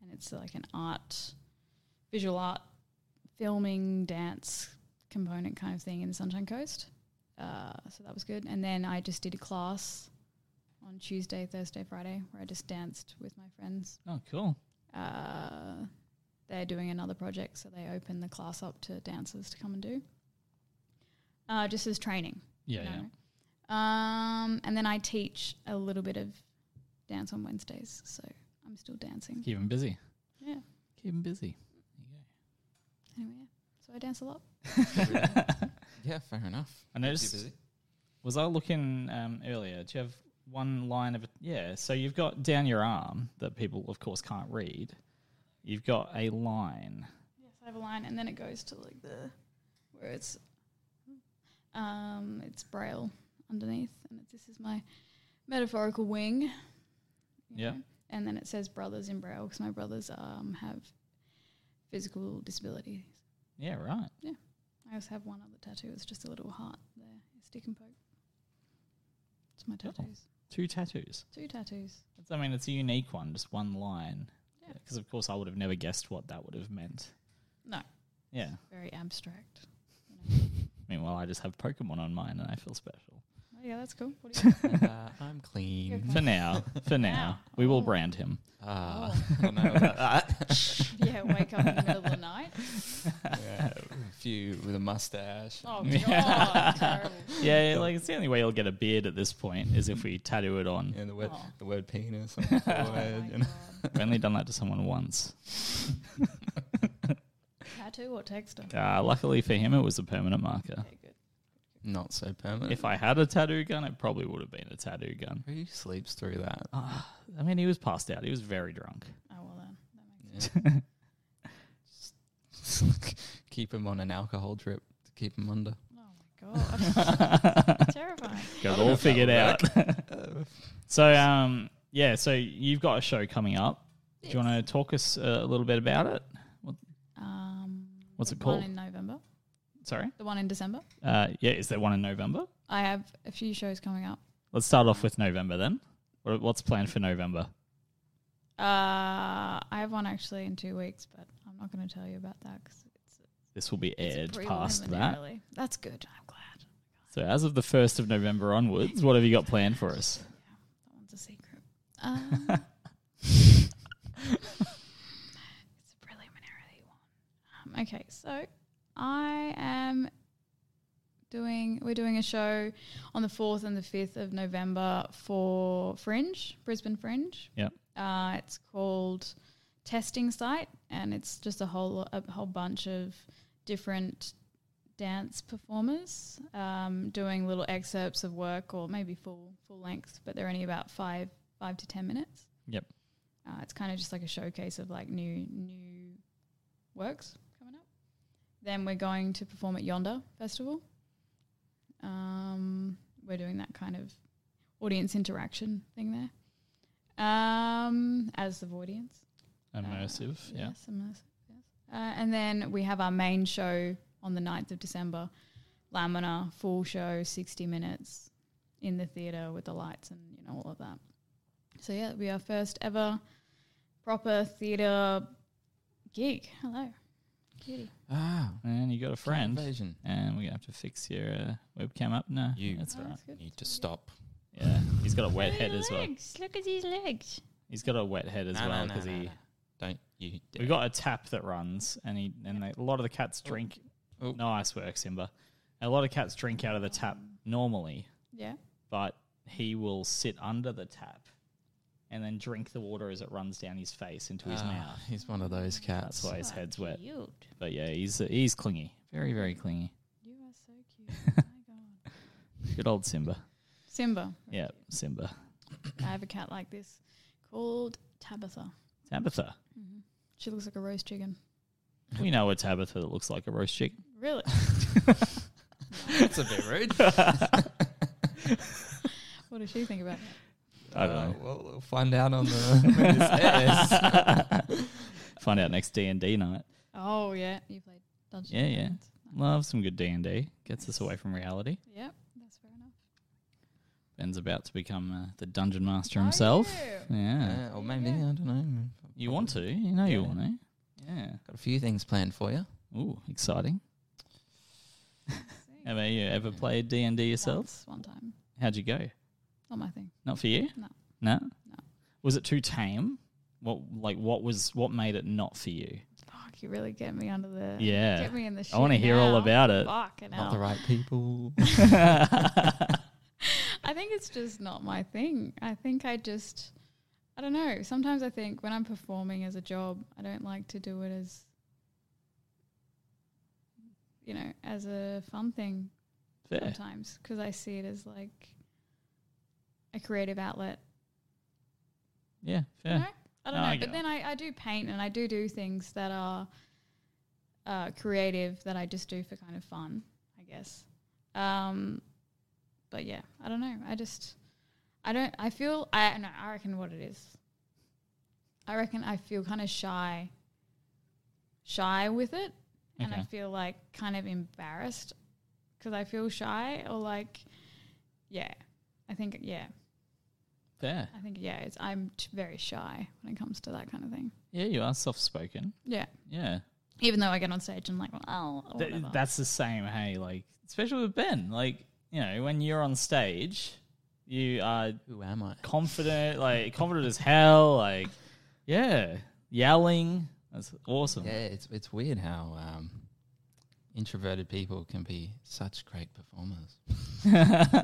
[SPEAKER 4] and it's like an art, visual art, filming, dance component kind of thing in the Sunshine Coast. Uh, so that was good. And then I just did a class on Tuesday, Thursday, Friday, where I just danced with my friends
[SPEAKER 3] Oh, cool.
[SPEAKER 4] uh, they're doing another project, so they open the class up to dancers to come and do, uh, just as training.
[SPEAKER 3] Yeah,
[SPEAKER 4] you
[SPEAKER 3] yeah.
[SPEAKER 4] know. Um, and then I teach a little bit of dance on Wednesdays, so I'm still dancing.
[SPEAKER 3] Keep 'em busy.
[SPEAKER 4] Yeah.
[SPEAKER 3] Keep 'em busy.
[SPEAKER 4] Anyway, yeah. So I dance a lot.
[SPEAKER 2] Yeah, fair enough. Keeps
[SPEAKER 3] I
[SPEAKER 2] you
[SPEAKER 3] noticed.
[SPEAKER 2] busy.
[SPEAKER 3] Was I looking um, earlier? Do you have one line of a Yeah. So you've got down your arm that people, of course, can't read. You've got a line.
[SPEAKER 4] Yes, I have a line, and then it goes to like the where it's um, it's braille underneath, and it's, this is my metaphorical wing. you
[SPEAKER 3] Yeah.
[SPEAKER 4] know. and then it says brothers in braille because my brothers um have physical disabilities.
[SPEAKER 3] Yeah. Right.
[SPEAKER 4] I also have one other tattoo. It's just a little heart there, a stick and poke. It's my
[SPEAKER 3] Cool.
[SPEAKER 4] tattoos.
[SPEAKER 3] Two tattoos.
[SPEAKER 4] Two tattoos.
[SPEAKER 3] It's, I mean, it's a unique one. Just one line.
[SPEAKER 4] Yeah.
[SPEAKER 3] Because of course, I would have never guessed what that would have meant.
[SPEAKER 4] No.
[SPEAKER 3] Yeah.
[SPEAKER 4] Very abstract.
[SPEAKER 3] Meanwhile, I just have Pokemon on mine, and I feel special.
[SPEAKER 4] Oh, yeah, that's cool. What do you got?
[SPEAKER 2] Uh, I'm clean.
[SPEAKER 3] For now, for now, we will brand him.
[SPEAKER 2] Ah, I don't know about that.
[SPEAKER 4] yeah, wake up in the middle of the night.
[SPEAKER 2] yeah, a few with a mustache.
[SPEAKER 4] Oh god, terrible.
[SPEAKER 3] Yeah, yeah, like it's the only way you'll get a beard at this point is if we tattoo it on.
[SPEAKER 2] Yeah, the word
[SPEAKER 4] Aw.
[SPEAKER 2] the word penis on the
[SPEAKER 4] Oh
[SPEAKER 2] forehead.
[SPEAKER 4] my
[SPEAKER 2] you know.
[SPEAKER 4] God.
[SPEAKER 3] I've only done that to someone once.
[SPEAKER 4] Tattoo or texter?
[SPEAKER 3] Uh, luckily for him, it was a permanent marker.
[SPEAKER 4] Okay, good.
[SPEAKER 2] Not so permanent.
[SPEAKER 3] If I had a tattoo gun, it probably would have been a tattoo gun.
[SPEAKER 2] Who sleeps through that?
[SPEAKER 3] I mean, he was passed out. He was very drunk.
[SPEAKER 4] Oh well then. That makes sense.
[SPEAKER 2] Yeah. Just keep him on an alcohol drip to keep him under.
[SPEAKER 4] Oh my god.
[SPEAKER 2] I
[SPEAKER 3] Got
[SPEAKER 4] Terrifying.
[SPEAKER 3] it
[SPEAKER 2] don't know
[SPEAKER 3] all
[SPEAKER 2] if that
[SPEAKER 3] figured
[SPEAKER 2] would
[SPEAKER 3] out.
[SPEAKER 2] Uh,
[SPEAKER 3] so, um, yeah, so you've got a show coming up. Do you
[SPEAKER 4] Yes.
[SPEAKER 3] want to talk us uh, a little bit about it?
[SPEAKER 4] Um,
[SPEAKER 3] What's
[SPEAKER 4] the
[SPEAKER 3] it called?
[SPEAKER 4] One in November.
[SPEAKER 3] Sorry.
[SPEAKER 4] The one in December.
[SPEAKER 3] Uh, yeah, is there one in November?
[SPEAKER 4] I have a few shows coming up.
[SPEAKER 3] Let's start off with November then. What- What's planned for November?
[SPEAKER 4] Uh, I have one actually in two weeks, but I'm not going to tell you about that because it's,
[SPEAKER 3] This will be
[SPEAKER 4] it's
[SPEAKER 3] aired past that.
[SPEAKER 4] preliminarily. That's good. I'm glad.
[SPEAKER 3] So, as of the 1st of November onwards, what have you got planned for us?
[SPEAKER 4] That one's a secret. Um, it's a preliminary one. Um, okay, so I am doing. We're doing a show on the fourth and the fifth of November for Fringe, Brisbane Fringe.
[SPEAKER 3] Yep.
[SPEAKER 4] Uh, it's called Testing Site, and it's just a whole a whole bunch of different dance performers um, doing little excerpts of work or maybe full full length, but they're only about five five to ten minutes.
[SPEAKER 3] Yep.
[SPEAKER 4] Uh, it's kind of just like a showcase of like new new works coming up. Then we're going to perform at Yonder Festival. Um, we're doing that kind of audience interaction thing there. Um, as the audience.
[SPEAKER 3] Immersive,
[SPEAKER 4] Uh,
[SPEAKER 3] yeah.
[SPEAKER 4] Yes, immersive. Yes. Uh, and then we have our main show on the 9th of December, Lamina, full show, 60 minutes in the theatre with the lights and, you know, all of that. So, yeah, it'll be our first ever proper theatre gig. Hello. Cutie.
[SPEAKER 2] ah,
[SPEAKER 3] And you got a friend.
[SPEAKER 2] Invasion.
[SPEAKER 3] And we're going to have to fix your uh, webcam up. No,
[SPEAKER 2] You.
[SPEAKER 3] that's
[SPEAKER 4] Oh,
[SPEAKER 3] all right.
[SPEAKER 4] that's good.
[SPEAKER 2] Need to stop.
[SPEAKER 3] Yeah, he's got a wet head as well.
[SPEAKER 4] legs. Look at these legs.
[SPEAKER 3] He's got a wet head as
[SPEAKER 2] No, no,
[SPEAKER 3] well
[SPEAKER 2] no,
[SPEAKER 3] because
[SPEAKER 2] no,
[SPEAKER 3] he.
[SPEAKER 2] no. Don't you
[SPEAKER 3] We
[SPEAKER 2] dare.
[SPEAKER 3] got a tap that runs, and he and they, a lot of the cats drink.
[SPEAKER 2] Oh.
[SPEAKER 3] Nice work, Simba. A lot of cats drink out of the tap normally,
[SPEAKER 4] Yeah.
[SPEAKER 3] but he will sit under the tap and then drink the water as it runs down his face into his
[SPEAKER 2] Ah,
[SPEAKER 3] mouth.
[SPEAKER 2] He's one of those cats.
[SPEAKER 3] That's why his
[SPEAKER 4] Oh,
[SPEAKER 3] head's wet.
[SPEAKER 4] Cute.
[SPEAKER 3] But yeah, he's he's clingy, very very clingy.
[SPEAKER 4] You are so cute. Oh my God.
[SPEAKER 3] Good old Simba.
[SPEAKER 4] Simba.
[SPEAKER 3] Yeah, Simba.
[SPEAKER 4] I have a cat like this called Tabitha.
[SPEAKER 3] Tabitha.
[SPEAKER 4] Mm-hmm. She looks like a roast chicken.
[SPEAKER 3] We know a Tabitha that looks like a roast chicken.
[SPEAKER 4] Really?
[SPEAKER 2] That's a bit rude.
[SPEAKER 4] What does she think about it?
[SPEAKER 3] I don't
[SPEAKER 2] Uh,
[SPEAKER 3] know.
[SPEAKER 2] Well, we'll find out on the when this airs.
[SPEAKER 3] Find out next D and D night.
[SPEAKER 4] Oh yeah, you played Dungeons.
[SPEAKER 3] Yeah,
[SPEAKER 4] and
[SPEAKER 3] yeah. Mm.
[SPEAKER 4] Dragons.
[SPEAKER 3] Love some good D and D. Gets us away from reality.
[SPEAKER 4] Yeah, that's fair enough.
[SPEAKER 3] Ben's about to become uh, the dungeon master
[SPEAKER 4] Are
[SPEAKER 3] himself.
[SPEAKER 4] you?
[SPEAKER 3] Yeah.
[SPEAKER 2] Yeah, Uh, or maybe I don't know.
[SPEAKER 3] You want to? You know you
[SPEAKER 2] Yeah.
[SPEAKER 3] want to. Yeah.
[SPEAKER 2] Got a few things planned for you.
[SPEAKER 3] Ooh, exciting.
[SPEAKER 4] See.
[SPEAKER 3] Have you ever played D and D yourself?
[SPEAKER 4] Once, one time,
[SPEAKER 3] How'd you go?
[SPEAKER 4] not my thing.
[SPEAKER 3] Not for you?
[SPEAKER 4] No.
[SPEAKER 3] No.
[SPEAKER 4] No.
[SPEAKER 3] Was it too tame? What like what was what made it not for you?
[SPEAKER 4] Fuck, you really get me under the
[SPEAKER 3] Yeah.
[SPEAKER 4] Get me in the. Shit
[SPEAKER 3] I want to hear all
[SPEAKER 4] now.
[SPEAKER 3] about it.
[SPEAKER 4] Fucking
[SPEAKER 2] Not the
[SPEAKER 4] hell.
[SPEAKER 2] right people.
[SPEAKER 4] I think it's just not my thing. I think I just, I don't know. Sometimes I think when I'm performing as a job, I don't like to do it as, you know, as a fun thing
[SPEAKER 3] Fair.
[SPEAKER 4] sometimes because I see it as like a creative outlet.
[SPEAKER 3] Yeah,
[SPEAKER 4] You
[SPEAKER 3] fair.
[SPEAKER 4] know? I don't
[SPEAKER 3] No,
[SPEAKER 4] know.
[SPEAKER 3] I get
[SPEAKER 4] but then I, I do paint and I do do things that are uh, creative that I just do for kind of fun, I guess. Um, but yeah, I don't know. I just, I don't, I feel, I no, I reckon what it is. I reckon I feel kind of shy, shy with it. And I
[SPEAKER 3] Okay.
[SPEAKER 4] feel like kind of embarrassed because I feel shy or like, yeah, I think, yeah.
[SPEAKER 3] Fair.
[SPEAKER 4] I think yeah, it's I'm t- very shy when it comes to that kind of thing.
[SPEAKER 3] Yeah, you are soft spoken.
[SPEAKER 4] Yeah,
[SPEAKER 3] Yeah.
[SPEAKER 4] even though I get on stage and like, well, oh, or
[SPEAKER 3] Th-
[SPEAKER 4] whatever.
[SPEAKER 3] that's the same, hey, like especially with Ben. Like, you know, when you're on stage, you are
[SPEAKER 2] Who am I?
[SPEAKER 3] confident, like confident as hell, like yeah. Yelling. That's awesome.
[SPEAKER 2] Yeah, it's it's weird how um, introverted people can be such great performers.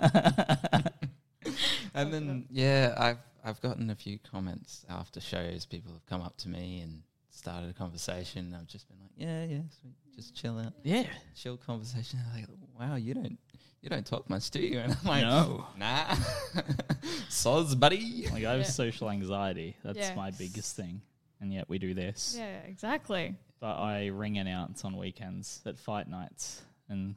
[SPEAKER 2] and then yeah, I've I've gotten a few comments after shows. People have come up to me and started a conversation. and I've just been like, yeah, yeah, sweet. just chill out,
[SPEAKER 3] Yeah.
[SPEAKER 2] chill conversation. They're like, wow, you don't you don't talk much, do you? And I'm like,
[SPEAKER 3] No.
[SPEAKER 2] nah, soz buddy.
[SPEAKER 3] Like I have
[SPEAKER 4] Yeah.
[SPEAKER 3] social anxiety. That's
[SPEAKER 4] Yeah.
[SPEAKER 3] my biggest thing. And yet we do this.
[SPEAKER 4] yeah, exactly.
[SPEAKER 3] But I ring announce on weekends at fight nights and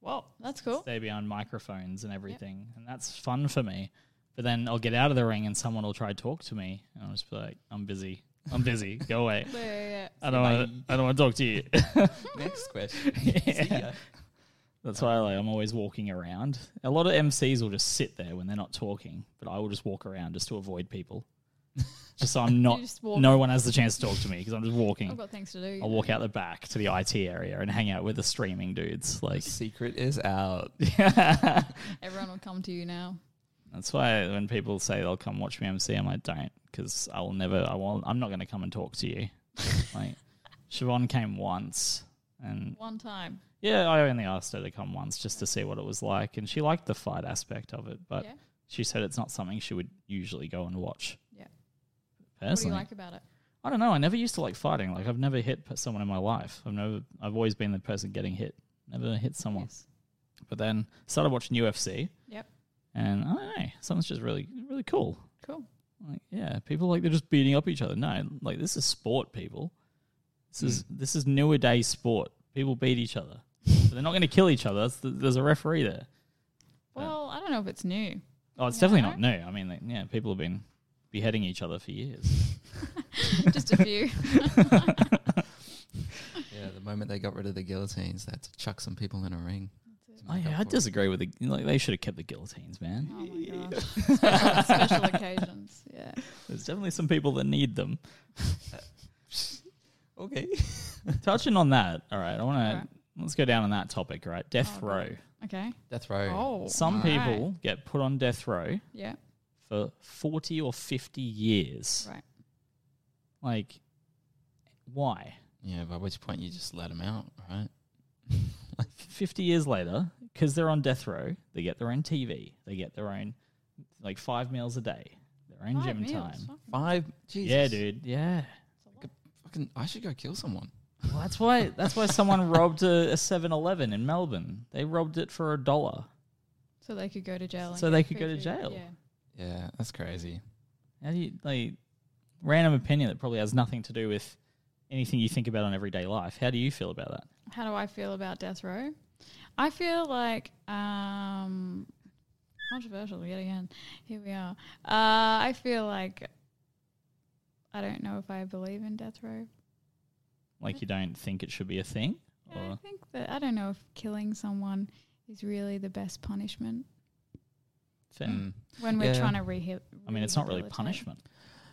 [SPEAKER 4] Well, that's cool.
[SPEAKER 3] stay behind microphones and everything. And that's fun for me. But then I'll get out of the ring and someone will try to talk to me. And I'll just be like, I'm busy. I'm busy. Go away.
[SPEAKER 4] Yeah, yeah, yeah.
[SPEAKER 3] I don't want to I don't want to talk to you.
[SPEAKER 2] Next question. See ya.
[SPEAKER 3] That's why like, I'm always walking around. A lot of MCs will just sit there when they're not talking, but I will just walk around just to avoid people. just so I'm not.
[SPEAKER 4] just walk. Oh,
[SPEAKER 3] No one has the chance to talk to me because I'm just
[SPEAKER 4] I've
[SPEAKER 3] walking.
[SPEAKER 4] got things to do. you
[SPEAKER 3] I'll
[SPEAKER 4] know.
[SPEAKER 3] walk out the back to the IT area and hang out with the streaming dudes. Like
[SPEAKER 2] Secret is out.
[SPEAKER 4] Everyone will come to you now.
[SPEAKER 3] that's why when people say they'll come watch me MC, I'm like, don't, because I'll never. I won't. I'm not going to come and talk to you. like Siobhan came once, and
[SPEAKER 4] One time.
[SPEAKER 3] Yeah, I only asked her to come once just to see what it was like, and she liked the fight aspect of it, but
[SPEAKER 4] Yeah.
[SPEAKER 3] she said it's not something she would usually go and watch.
[SPEAKER 4] Yeah. What do you
[SPEAKER 3] Personally,
[SPEAKER 4] like about it?
[SPEAKER 3] I don't know. I never used to like fighting. Like I've never hit p- someone in my life. I've never. I've always been the person getting hit. Never hit someone.
[SPEAKER 4] Yes.
[SPEAKER 3] But then started watching UFC.
[SPEAKER 4] Yep.
[SPEAKER 3] And I don't know. Something's just really, really cool.
[SPEAKER 4] Cool.
[SPEAKER 3] Like yeah, people like they're just beating up each other. No, like this is sport, people. This is
[SPEAKER 4] Hmm.
[SPEAKER 3] this is newer day sport. People beat each other. But they're not going to kill each other. That's the, there's a referee there.
[SPEAKER 4] Well, I don't know if it's new.
[SPEAKER 3] Oh, it's definitely not new. I mean, like, yeah, people have been beheading each other for years.
[SPEAKER 4] Just a few.
[SPEAKER 2] Yeah, the moment they got rid of the guillotines, they had to chuck some people in a ring. to make
[SPEAKER 3] Oh, I,
[SPEAKER 2] up
[SPEAKER 3] I
[SPEAKER 2] for it.
[SPEAKER 3] disagree with the like. They should have kept the guillotines, man.
[SPEAKER 4] Oh my gosh. Special, special occasions. Yeah.
[SPEAKER 3] There's definitely some people that need them.
[SPEAKER 2] Okay.
[SPEAKER 3] Touching on that, all right. I want
[SPEAKER 4] All
[SPEAKER 3] to
[SPEAKER 4] right.
[SPEAKER 3] let's go down on that topic, right? Death
[SPEAKER 4] Oh,
[SPEAKER 3] row.
[SPEAKER 4] God. Okay.
[SPEAKER 2] Death row.
[SPEAKER 4] Oh.
[SPEAKER 3] Some
[SPEAKER 4] all right.
[SPEAKER 3] people get put on death row
[SPEAKER 4] Yeah.
[SPEAKER 3] for forty or fifty years.
[SPEAKER 4] Right.
[SPEAKER 3] Like, why?
[SPEAKER 2] Yeah, by which point you just let them out, right?
[SPEAKER 3] 50 years later, because they're on death row, they get their own TV, they get their own, like, five meals a day, their own
[SPEAKER 4] Five
[SPEAKER 3] gym
[SPEAKER 4] meals.
[SPEAKER 3] time.
[SPEAKER 4] Fuck,
[SPEAKER 2] Five. Jesus.
[SPEAKER 3] Yeah, dude. Yeah.
[SPEAKER 4] that's a lot.
[SPEAKER 2] Fucking, I should go kill someone.
[SPEAKER 3] Well, that's why. That's why someone robbed a, a 7-Eleven in Melbourne. They robbed it for a dollar.
[SPEAKER 4] So they could go to jail. and
[SPEAKER 3] So
[SPEAKER 4] get
[SPEAKER 3] they could
[SPEAKER 4] free
[SPEAKER 3] go to
[SPEAKER 4] food.
[SPEAKER 3] jail.
[SPEAKER 4] Yeah.
[SPEAKER 2] Yeah, that's crazy.
[SPEAKER 3] How do you like? Random opinion that probably has nothing to do with anything you think about on everyday life. How do you feel about that?
[SPEAKER 4] How do I feel about death row? I feel like um, controversial yet again. Here we are. Uh, I feel like I don't know if I believe in death row.
[SPEAKER 3] Like you don't think it should be a thing?
[SPEAKER 4] I
[SPEAKER 3] Or
[SPEAKER 4] think that I don't know if killing someone is really the best punishment
[SPEAKER 3] fair?
[SPEAKER 2] Mm.
[SPEAKER 4] when we're
[SPEAKER 2] Yeah.
[SPEAKER 4] trying to rehab.
[SPEAKER 3] I mean, it's not really
[SPEAKER 4] rehabilitate.
[SPEAKER 3] punishment.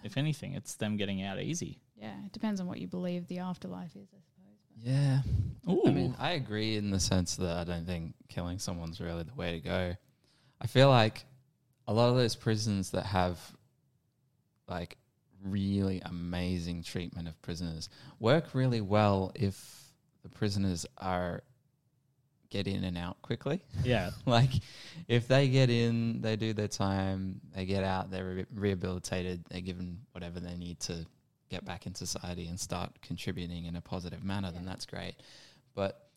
[SPEAKER 3] If anything, it's them getting out easy.
[SPEAKER 4] Yeah, it depends on what you believe the afterlife is. I suppose.
[SPEAKER 2] Yeah.
[SPEAKER 3] Ooh.
[SPEAKER 2] I mean, I agree in the sense that I don't think killing someone's really the way to go. I feel like a lot of those prisons that have like really amazing treatment of prisoners work really well if the prisoners are get in and out quickly.
[SPEAKER 3] yeah.
[SPEAKER 2] like if they get in, they do their time, they get out, they're re- rehabilitated, they're given whatever they need to get back in society and start contributing in a positive manner, then
[SPEAKER 4] Yeah.
[SPEAKER 2] that's great. But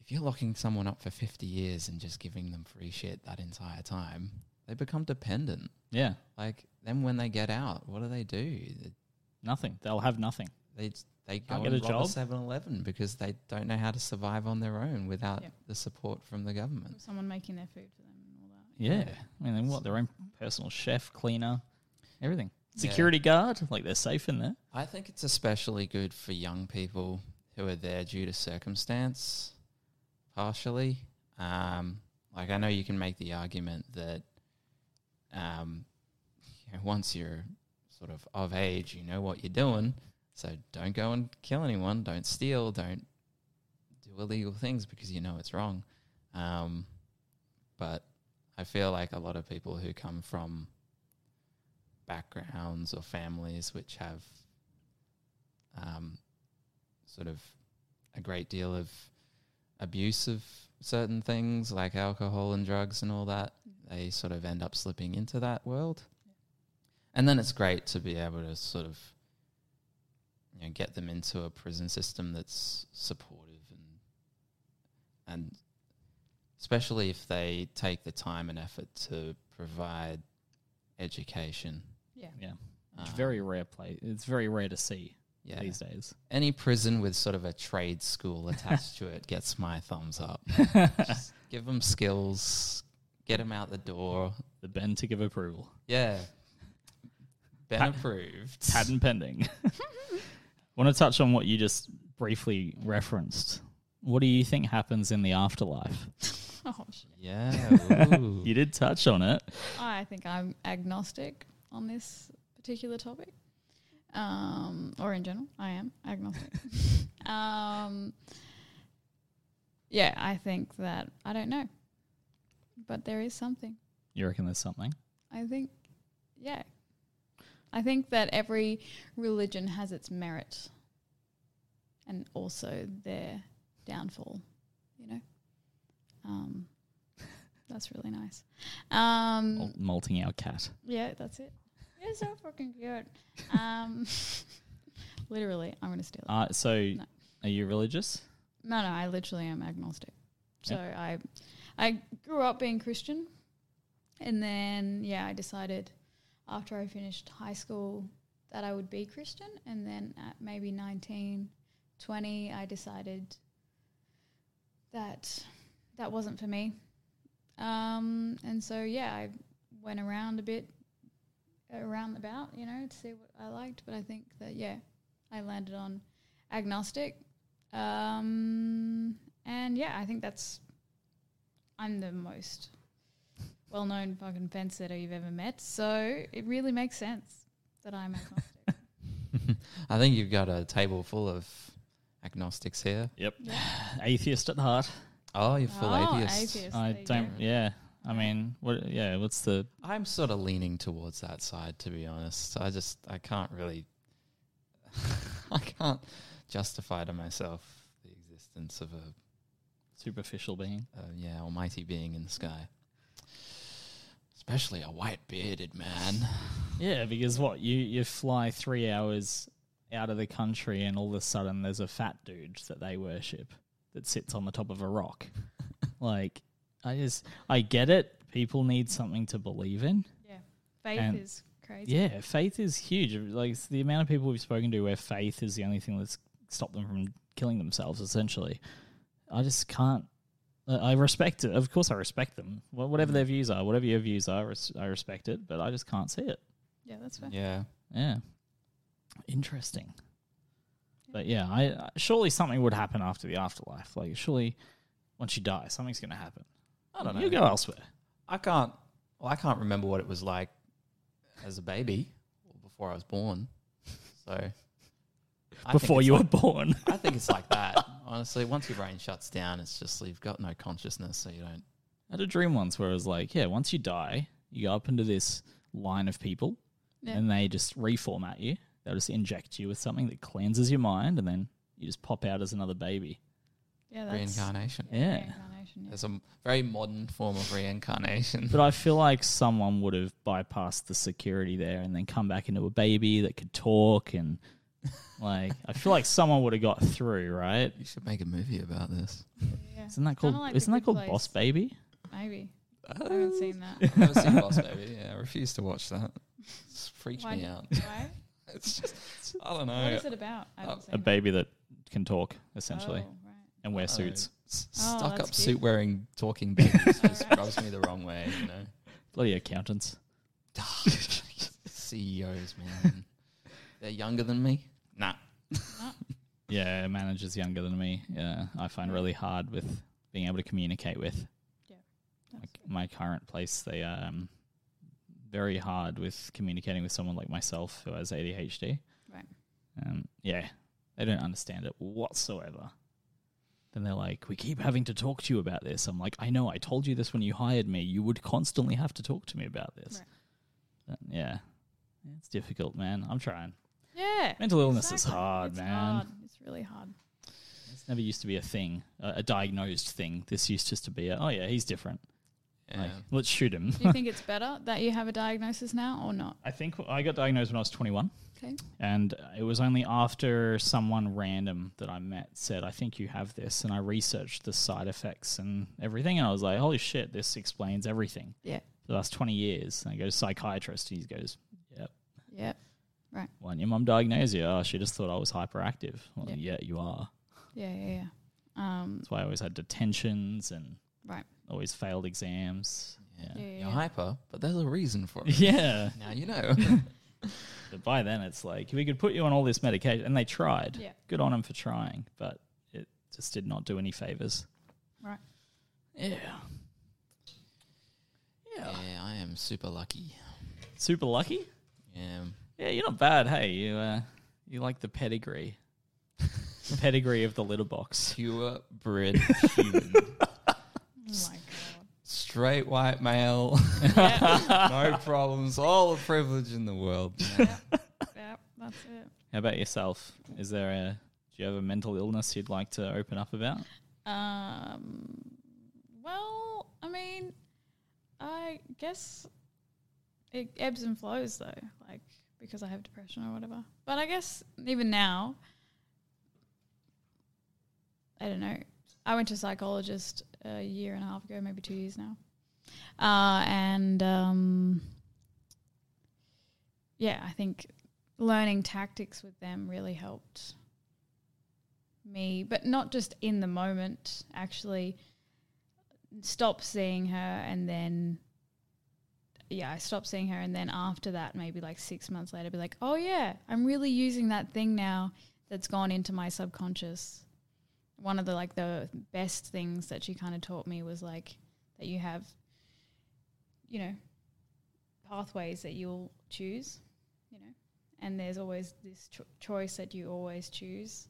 [SPEAKER 2] if you're locking someone up for 50 years and just giving them free shit that entire time, they become dependent.
[SPEAKER 3] Yeah.
[SPEAKER 2] Like then when they get out, what do they do?
[SPEAKER 3] Nothing. They'll have nothing.
[SPEAKER 2] They they go
[SPEAKER 3] Can't
[SPEAKER 2] and
[SPEAKER 3] get a
[SPEAKER 2] rob
[SPEAKER 3] job?
[SPEAKER 2] a 7-Eleven because they don't know how to survive on their own without
[SPEAKER 4] Yep.
[SPEAKER 2] the support from the government.
[SPEAKER 4] Or someone making their food for them and all that.
[SPEAKER 3] Yeah. I mean, they want their own personal chef, cleaner, everything.
[SPEAKER 2] Yeah.
[SPEAKER 3] Security guard. Like they're safe in there.
[SPEAKER 2] I think it's especially good for young people who are there due to circumstance, partially. Um, like I know you can make the argument that um, you know, once you're sort of of age, you know what you're doing, so don't go and kill anyone, don't steal, don't do illegal things because you know it's wrong. Um, but I feel like a lot of people who come from backgrounds or families which have um, sort of a great deal of abuse of certain things like alcohol and drugs and all that, they sort of end up slipping into that world. And then it's great to be able to sort of you know get them into a prison system that's supportive and and especially if they take the time and effort to provide education.
[SPEAKER 4] Yeah.
[SPEAKER 3] Yeah. It's
[SPEAKER 2] Um,
[SPEAKER 3] very rare play. It's very rare to see
[SPEAKER 2] yeah.
[SPEAKER 3] these days.
[SPEAKER 2] Any prison with sort of a trade school attached to it gets my thumbs up. Just give them skills, get them out the door.
[SPEAKER 3] The Ben to give approval.
[SPEAKER 2] Yeah. Ben
[SPEAKER 3] Pat-
[SPEAKER 2] approved.
[SPEAKER 3] patent pending. Want to touch on what you just briefly referenced. What do you think happens in the afterlife?
[SPEAKER 4] Oh, shit.
[SPEAKER 2] Yeah. ooh.
[SPEAKER 3] You did touch on it.
[SPEAKER 4] I think I'm agnostic on this particular topic, um, or in general, I am agnostic. um, yeah, I think that I don't know, but there is something.
[SPEAKER 3] You reckon there's something?
[SPEAKER 4] I think, yeah, I think that every religion has its merit, and also their downfall. You know, um, that's really nice. Um,
[SPEAKER 3] Mul- Molting our cat.
[SPEAKER 4] yeah, that's it. You're so fucking cute. Um, literally, I'm gonna steal it.
[SPEAKER 3] Uh, so,
[SPEAKER 4] No.
[SPEAKER 3] are you religious?
[SPEAKER 4] No, no, I literally am agnostic. So
[SPEAKER 3] Yep.
[SPEAKER 4] I, I grew up being Christian, and then yeah, I decided after I finished high school that I would be Christian, and then at maybe 19, 20, I decided that that wasn't for me. Um, and so yeah, I went around a bit, around the about, you know, to see what I liked. But I think that yeah, I landed on agnostic. Um, and yeah, I think that's I'm the most well known fucking fence sitter you've ever met, so it really makes sense that I'm agnostic.
[SPEAKER 2] I think you've got a table full of agnostics here.
[SPEAKER 3] Yep.
[SPEAKER 4] yeah.
[SPEAKER 3] Atheist at heart.
[SPEAKER 2] Oh, you're full
[SPEAKER 4] Oh,
[SPEAKER 2] atheist.
[SPEAKER 4] atheist,
[SPEAKER 3] I
[SPEAKER 4] there you
[SPEAKER 3] don't.
[SPEAKER 4] go.
[SPEAKER 3] Yeah. I mean, what? Yeah. What's the?
[SPEAKER 2] I'm sort of leaning towards that side, to be honest. I just, I can't really, I can't justify to myself the existence of a
[SPEAKER 3] Superficial being.
[SPEAKER 2] uh, yeah, almighty being in the sky. Especially a white bearded man.
[SPEAKER 3] Yeah, because what you you fly three hours out of the country, and all of a sudden there's a fat dude that they worship that sits on the top of a rock. like, I just I get it. People need something to believe in.
[SPEAKER 4] Yeah. Faith
[SPEAKER 3] And-
[SPEAKER 4] is crazy.
[SPEAKER 3] Yeah, faith is huge. Like it's the amount of people we've spoken to where faith is the only thing that's stopped them from killing themselves, essentially. I just can't. I I respect it. Of course, I respect them. Wha- Whatever their views are, whatever your views are, res- I respect it. But I just can't see it.
[SPEAKER 4] Yeah, that's fair.
[SPEAKER 2] Yeah.
[SPEAKER 3] Yeah, interesting. But yeah, I, I surely something would happen after the afterlife. Like surely, once you die, something's going to happen.
[SPEAKER 2] I don't know.
[SPEAKER 3] You go elsewhere.
[SPEAKER 2] I can't. Well, I can't remember what it was like as a baby or before I was born. So I think
[SPEAKER 3] before
[SPEAKER 2] it's
[SPEAKER 3] you
[SPEAKER 2] like-
[SPEAKER 3] were born.
[SPEAKER 2] I think it's like that. Honestly, once your brain shuts down, it's just you've got no consciousness, so you don't.
[SPEAKER 3] I had a dream once where it was like, yeah, once you die, you go up into this line of people
[SPEAKER 4] Yeah.
[SPEAKER 3] and they just reformat you. They'll just inject you with something that cleanses your mind and then you just pop out as another baby.
[SPEAKER 4] Yeah, that's
[SPEAKER 2] reincarnation.
[SPEAKER 3] Yeah.
[SPEAKER 4] reincarnation, yeah.
[SPEAKER 2] It's a very modern form of reincarnation.
[SPEAKER 3] But I feel like someone would have bypassed the security there and then come back into a baby that could talk and like I feel like someone would have got through, right?
[SPEAKER 2] You should make a movie about this.
[SPEAKER 4] Yeah.
[SPEAKER 3] Isn't that called
[SPEAKER 4] like The
[SPEAKER 3] isn't that
[SPEAKER 4] Good
[SPEAKER 3] called
[SPEAKER 4] Place.
[SPEAKER 3] Boss Baby?
[SPEAKER 4] Maybe.
[SPEAKER 2] Uh,
[SPEAKER 4] I haven't seen that.
[SPEAKER 2] I've never seen Boss Baby. Yeah, I refuse to watch that. It's freaked
[SPEAKER 4] Why?
[SPEAKER 2] me out.
[SPEAKER 4] Why?
[SPEAKER 2] It's just, I don't know.
[SPEAKER 4] What is it about? I haven't seen
[SPEAKER 3] Oh, uh, A
[SPEAKER 4] it.
[SPEAKER 3] baby that can talk, essentially,
[SPEAKER 4] Oh, right.
[SPEAKER 3] and wear suits.
[SPEAKER 4] Oh,
[SPEAKER 2] stuck up
[SPEAKER 4] that's cute.
[SPEAKER 2] suit wearing talking babies just
[SPEAKER 4] Alright.
[SPEAKER 2] rubs me the wrong way, you know.
[SPEAKER 3] Bloody accountants.
[SPEAKER 2] CEOs, E man. They're younger than me. Nah.
[SPEAKER 3] Yeah, managers younger than me. Yeah, I find really hard with being able to communicate with.
[SPEAKER 4] That's
[SPEAKER 3] Like
[SPEAKER 4] good.
[SPEAKER 3] my current place, they are um, very hard with communicating with someone like myself who has ADHD.
[SPEAKER 4] Right.
[SPEAKER 3] Um, yeah, they don't understand it whatsoever. Then they're like, "We keep having to talk to you about this." I'm like, "I know. I told you this when you hired me. You would constantly have to talk to me about this." But, yeah, it's difficult, man. I'm trying.
[SPEAKER 4] Yeah.
[SPEAKER 3] Mental illness is
[SPEAKER 4] exactly.
[SPEAKER 3] hard,
[SPEAKER 4] It's
[SPEAKER 3] man.
[SPEAKER 4] hard. It's really hard.
[SPEAKER 3] It's never used to be a thing, a, a diagnosed thing. This used just to be a, oh yeah, he's different.
[SPEAKER 2] Yeah.
[SPEAKER 3] Like, let's shoot him.
[SPEAKER 4] Do you think it's better that you have a diagnosis now or not?
[SPEAKER 3] I think I got diagnosed when I was 21,
[SPEAKER 4] Okay.
[SPEAKER 3] and it was only after someone random that I met said, I think you have this. And I researched the side effects and everything, and I was like, holy shit, this explains everything.
[SPEAKER 4] Yeah.
[SPEAKER 3] The last 20 years. And I go to psychiatrist, and he goes, Yep.
[SPEAKER 4] Yeah.
[SPEAKER 3] Why didn't your mum diagnose you? Oh, she just thought I was hyperactive. Well, yeah, you are.
[SPEAKER 4] Yeah. Yeah. Yeah. Um,
[SPEAKER 3] That's why I always had detentions and
[SPEAKER 4] Right.
[SPEAKER 3] always failed exams. Yeah.
[SPEAKER 4] yeah, yeah,
[SPEAKER 2] You're
[SPEAKER 4] yeah.
[SPEAKER 2] hyper, but there's a reason for it.
[SPEAKER 3] Yeah.
[SPEAKER 2] Now you know.
[SPEAKER 3] But by then, it's like we could put you on all this medication, and they tried.
[SPEAKER 4] Yeah.
[SPEAKER 3] Good on them for trying, but it just did not do any favors.
[SPEAKER 4] Right.
[SPEAKER 3] Yeah.
[SPEAKER 2] yeah, I am super lucky.
[SPEAKER 3] Super lucky.
[SPEAKER 2] Yeah.
[SPEAKER 3] Yeah, you're not bad. Hey, you uh, you like the pedigree, the pedigree of the litter box.
[SPEAKER 2] Pure bred human.
[SPEAKER 4] Oh my god.
[SPEAKER 2] Straight white male. no problems. All the privilege in the world. man.
[SPEAKER 4] Yeah. That's it.
[SPEAKER 3] How about yourself? Is there a do you have a mental illness you'd like to open up about?
[SPEAKER 4] Um, well, I mean, I guess it ebbs and flows though, like because I have depression or whatever. But I guess even now, I don't know. I went to a psychologist a year and a half ago, maybe two years now, uh, and um, yeah, I think learning tactics with them really helped me, but not just in the moment, actually stop seeing her and then yeah, I stopped seeing her and then after that maybe like 6 months later be like, "Oh yeah, I'm really using that thing now that's gone into my subconscious." One of the like the best things that she kind of taught me was like that you have you know pathways that you'll choose, you know. And there's always this cho- choice that you always choose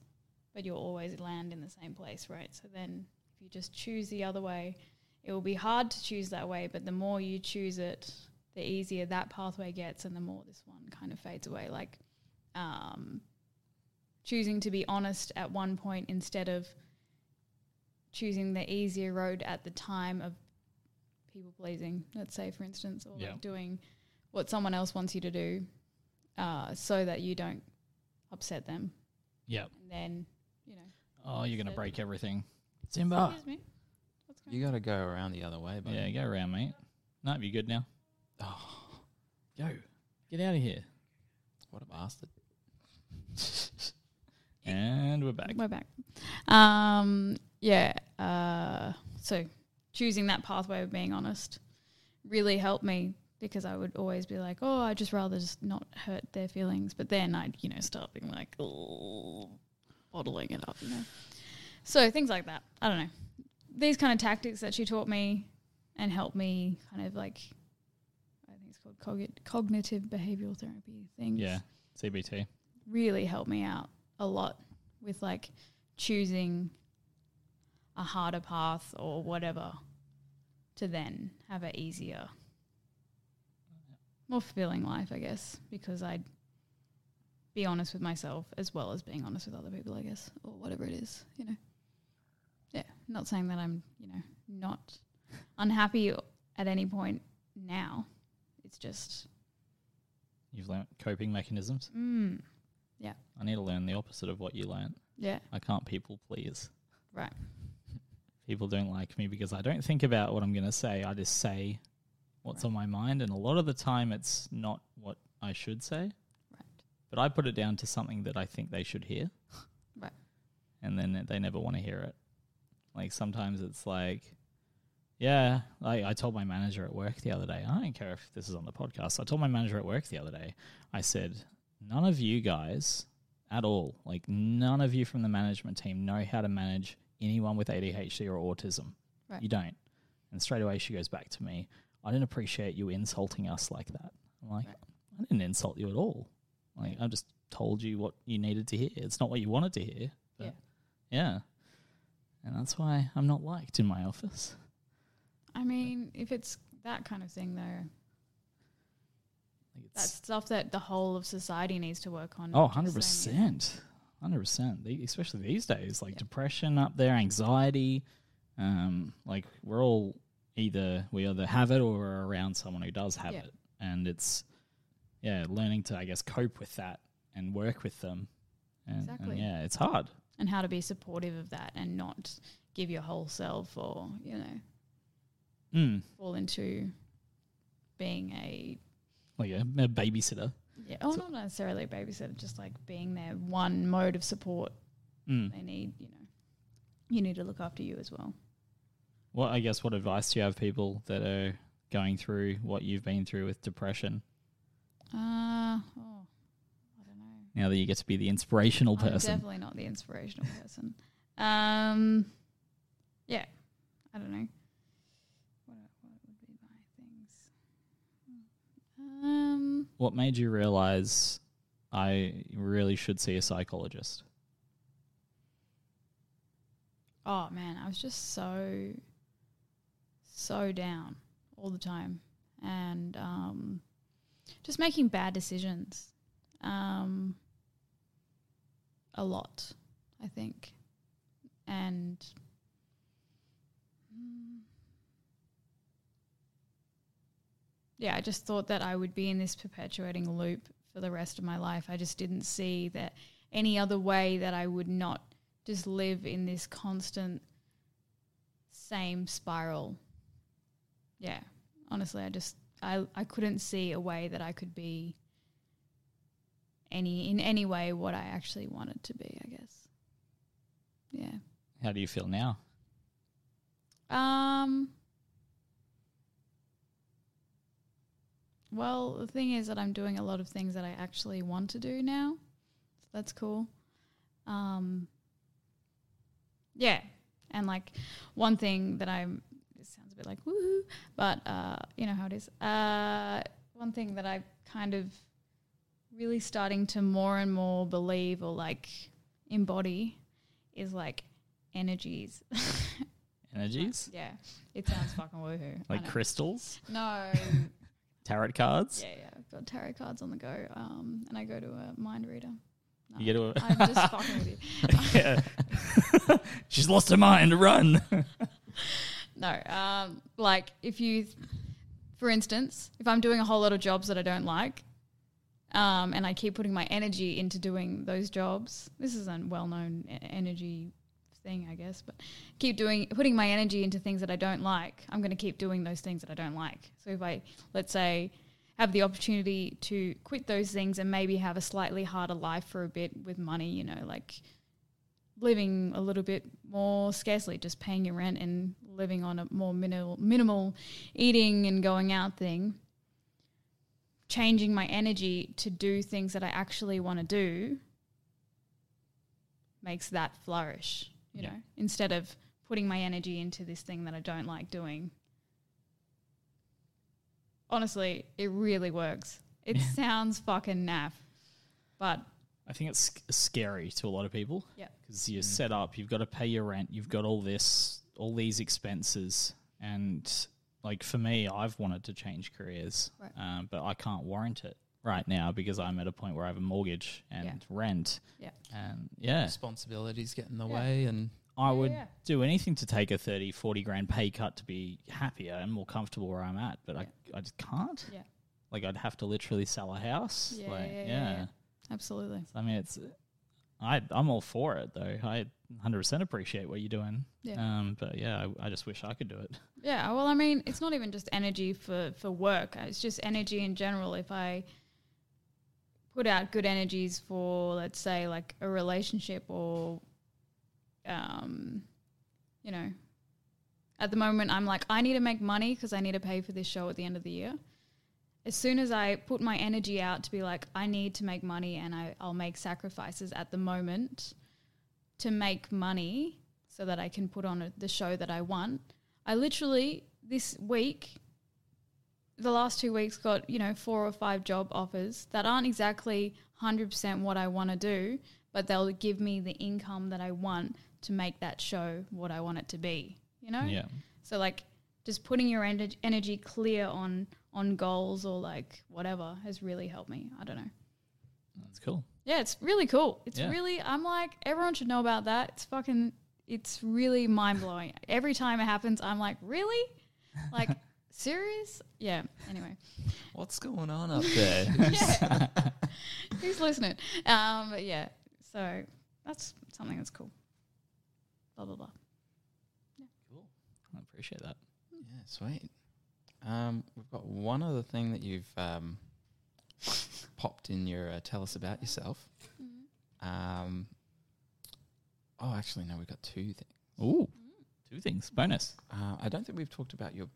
[SPEAKER 4] but you'll always land in the same place, right? So then if you just choose the other way, it will be hard to choose that way, but the more you choose it, the easier that pathway gets and the more this one kind of fades away. Like um, choosing to be honest at one point instead of choosing the easier road at the time of people pleasing, let's say, for instance, or
[SPEAKER 3] Yeah.
[SPEAKER 4] like doing what someone else wants you to do uh, so that you don't upset them.
[SPEAKER 3] Yeah.
[SPEAKER 4] And then, you know,
[SPEAKER 3] Oh, you're gonna
[SPEAKER 4] Said-
[SPEAKER 3] break everything, Simba.
[SPEAKER 4] Excuse me. What's going
[SPEAKER 2] You got to go around the other way, buddy.
[SPEAKER 3] Yeah, go around, mate. No, you good now?
[SPEAKER 2] Oh,
[SPEAKER 3] Go. Get out of here.
[SPEAKER 2] what a bastard.
[SPEAKER 3] And we're back.
[SPEAKER 4] We're back. Um, yeah, uh, so choosing that pathway of being honest really helped me because I would always be like, oh, I would just rather just not hurt their feelings. But then I'd, you know, start being like, oh, bottling it up, you know. So things like that. I don't know. These kind of tactics that she taught me and helped me kind of like, I think it's called cogn- cognitive behavioral therapy things
[SPEAKER 3] Yeah. CBT.
[SPEAKER 4] really helped me out a lot with like choosing a harder path or whatever to then have an easier, more fulfilling life, I guess, because I'd be honest with myself as well as being honest with other people, I guess, or whatever it is, you know. Yeah, not saying that I'm, you know, not unhappy at any point now. It's just,
[SPEAKER 3] You've learnt coping mechanisms.
[SPEAKER 4] mm,
[SPEAKER 3] I need to learn the opposite of what you learnt.
[SPEAKER 4] yeah,
[SPEAKER 3] I can't people please.
[SPEAKER 4] Right.
[SPEAKER 3] People don't like me because I don't think about what I'm going to say. I just say what's on my mind. And a lot of the time, it's not what I should say.
[SPEAKER 4] right.
[SPEAKER 3] But I put it down to something that I think they should hear.
[SPEAKER 4] Right.
[SPEAKER 3] And then they never want to hear it. Like sometimes it's like, yeah, like I told my manager at work the other day, I don't care if this is on the podcast. I told my manager at work the other day, I said, none of you guys at all, like none of you from the management team know how to manage anyone with ADHD or autism.
[SPEAKER 4] Right.
[SPEAKER 3] You don't. And straight away she goes back to me, I didn't appreciate you insulting us like that. I'm like,
[SPEAKER 4] Right.
[SPEAKER 3] I didn't insult you at all. Like I just told you what you needed to hear. It's not what you wanted to hear. but- yeah. And that's why I'm not liked in my office.
[SPEAKER 4] I mean, if it's that kind of thing, though,
[SPEAKER 3] Like it's
[SPEAKER 4] That's stuff that the whole of society needs to work on.
[SPEAKER 3] Oh,
[SPEAKER 4] not just
[SPEAKER 3] 100 percent, hundred percent. Especially these days, like depression up there, anxiety. Um, like we're all either we either have it or we're around someone who does have
[SPEAKER 4] Yeah.
[SPEAKER 3] it, and it's yeah, learning to I guess cope with that and work with them. And, and
[SPEAKER 4] Exactly.
[SPEAKER 3] yeah, it's hard.
[SPEAKER 4] saying- And how to be supportive of that and not give your whole self or, you know,
[SPEAKER 3] Mm.
[SPEAKER 4] fall into being a.
[SPEAKER 3] Like a, a babysitter.
[SPEAKER 4] Yeah, oh,
[SPEAKER 3] So-
[SPEAKER 4] not necessarily a babysitter, just like being their one mode of support.
[SPEAKER 3] Mm.
[SPEAKER 4] They need, you know, you need to look after you as well.
[SPEAKER 3] Well, I guess what advice do you have people that are going through what you've been through with depression?
[SPEAKER 4] Uh, oh, I don't know.
[SPEAKER 3] Now that you get to be the inspirational
[SPEAKER 4] I'm
[SPEAKER 3] person,
[SPEAKER 4] definitely not the inspirational person. Um, yeah, I don't know. What, what would be my things? Um,
[SPEAKER 3] what made you realize I really should see a psychologist?
[SPEAKER 4] oh man, I was just so, so down all the time, and um, just making bad decisions, um, a lot, I think, and. mm, Yeah, I just thought that I would be in this perpetuating loop for the rest of my life. I just didn't see that any other way that I would not just live in this constant same spiral. Yeah. Honestly, I just I I couldn't see a way that I could be any in any way what I actually wanted to be, I guess. Yeah.
[SPEAKER 3] How do you feel now?
[SPEAKER 4] Um Well, the thing is that I'm doing a lot of things that I actually want to do now. So that's cool. Um Yeah. And like one thing that I'm this sounds a bit like woohoo, but uh you know how it is. Uh one thing that I kind of really starting to more and more believe or like embody is like energies
[SPEAKER 3] Energies?
[SPEAKER 4] yeah, it sounds fucking woohoo. I
[SPEAKER 3] Like
[SPEAKER 4] know.
[SPEAKER 3] crystals?
[SPEAKER 4] No,
[SPEAKER 3] Tarot cards?
[SPEAKER 4] yeah, yeah. I've got tarot cards on the go, um, and I go to a mind reader. No,
[SPEAKER 3] You get to
[SPEAKER 4] I'm just fucking with you.
[SPEAKER 3] Yeah. She's lost her mind. Run.
[SPEAKER 4] No, um, like if you, for instance, if I'm doing a whole lot of jobs that I don't like, um, and I keep putting my energy into doing those jobs, this is a well-known e- energy thing, I guess, but keep doing putting my energy into things that I don't like. I'm going to keep doing those things that I don't like. So if I, let's say, have the opportunity to quit those things and maybe have a slightly harder life for a bit with money, you know, like living a little bit more scarcely, just paying your rent and living on a more minimal, minimal eating and going out thing, changing my energy to do things that I actually want to do makes that flourish, you
[SPEAKER 3] Yeah.
[SPEAKER 4] know, instead of putting my energy into this thing that I don't like doing. Honestly, it really works. It
[SPEAKER 3] Yeah.
[SPEAKER 4] sounds fucking naff, but
[SPEAKER 3] I think it's sc- scary to a lot of people.
[SPEAKER 4] Yeah.
[SPEAKER 3] Because you're set up, you've got to pay your rent, you've got all this, all these expenses. And like for me, I've wanted to change careers,
[SPEAKER 4] Right.
[SPEAKER 3] um, but I can't warrant it right now because I'm at a point where I have a mortgage and
[SPEAKER 4] Yeah.
[SPEAKER 3] rent.
[SPEAKER 4] Yeah.
[SPEAKER 3] And yeah,
[SPEAKER 2] Responsibilities get in the
[SPEAKER 4] Yeah.
[SPEAKER 2] way, and
[SPEAKER 3] I
[SPEAKER 4] Yeah,
[SPEAKER 3] would
[SPEAKER 4] yeah.
[SPEAKER 3] do anything to take a 30, 40 grand pay cut to be happier and more comfortable where I'm at, but I, I just can't.
[SPEAKER 4] Yeah.
[SPEAKER 3] Like I'd have to literally sell a house.
[SPEAKER 4] Yeah,
[SPEAKER 3] like,
[SPEAKER 4] yeah, yeah,
[SPEAKER 3] yeah.
[SPEAKER 4] yeah. absolutely.
[SPEAKER 3] I mean, it's I I'm all for it though. I 100% appreciate what you're doing.
[SPEAKER 4] Yeah.
[SPEAKER 3] Um, but yeah, I, I just wish I could do it.
[SPEAKER 4] Yeah, well, I mean, it's not even just energy for for work. It's just energy in general. If I put out good energies for, let's say, like a relationship or, um, you know, at the moment I'm like, I need to make money because I need to pay for this show at the end of the year. As soon as I put my energy out to be like, I need to make money and I, I'll make sacrifices at the moment to make money so that I can put on a, the show that I want. I literally this week, the last two weeks, got you know four or five job offers that aren't exactly hundred percent what I want to do, but they'll give me the income that I want to make that show what I want it to be. You know,
[SPEAKER 3] Yeah.
[SPEAKER 4] so like just putting your ener- energy clear on on goals or like whatever has really helped me. I don't know.
[SPEAKER 3] That's cool.
[SPEAKER 4] Yeah, it's really cool. It's
[SPEAKER 3] Yeah.
[SPEAKER 4] really I'm like everyone should know about that. It's fucking it's really mind blowing. Every time it happens, I'm like, really? Like serious? Yeah. Anyway,
[SPEAKER 2] what's going on up there?
[SPEAKER 4] who's listening? Um, but yeah. So that's something that's cool. Blah blah blah.
[SPEAKER 3] I appreciate that.
[SPEAKER 2] Yeah, sweet. Um, we've got one other thing that you've um, popped in your uh, tell us about yourself.
[SPEAKER 4] Mm-hmm.
[SPEAKER 2] Um, oh, actually, no, we've got two things.
[SPEAKER 4] Mm.
[SPEAKER 3] Ooh, two things. Bonus.
[SPEAKER 2] Uh, I don't think we've talked about your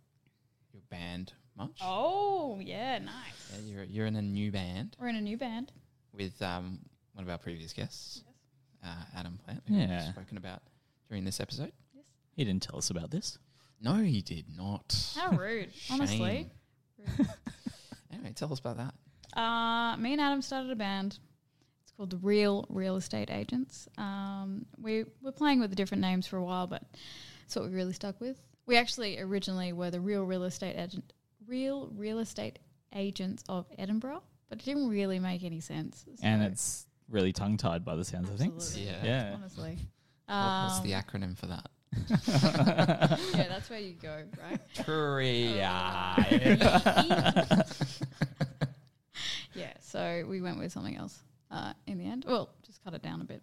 [SPEAKER 2] your band much.
[SPEAKER 4] Oh yeah, nice.
[SPEAKER 2] Yeah, you're you're in a new band
[SPEAKER 4] We're in a new band.
[SPEAKER 2] with um, one of our previous guests, uh, Adam Plant.
[SPEAKER 3] Yeah.
[SPEAKER 2] we've spoken about during this episode.
[SPEAKER 3] He didn't tell us about this.
[SPEAKER 2] No, he did not.
[SPEAKER 4] How rude, honestly.
[SPEAKER 2] Shame. Anyway, tell us about that.
[SPEAKER 4] Uh, me and Adam started a band. It's called the Real Real Estate Agents. Um, we were playing with the different names for a while, but it's what we really stuck with. We actually originally were the Real Real Estate Agent, Real Real Estate Agents of Edinburgh, but it didn't really make any sense.
[SPEAKER 3] And
[SPEAKER 4] so-
[SPEAKER 3] it's really tongue tied by the sounds of things.
[SPEAKER 4] Absolutely.
[SPEAKER 2] Yeah.
[SPEAKER 3] Yeah.
[SPEAKER 4] honestly.
[SPEAKER 2] What- what's
[SPEAKER 4] Um,
[SPEAKER 2] the acronym for that?
[SPEAKER 4] yeah, that's where you go, right? Oh.
[SPEAKER 2] Tria.
[SPEAKER 4] yeah, so we went with something else uh, in the end. Well, just cut it down a bit.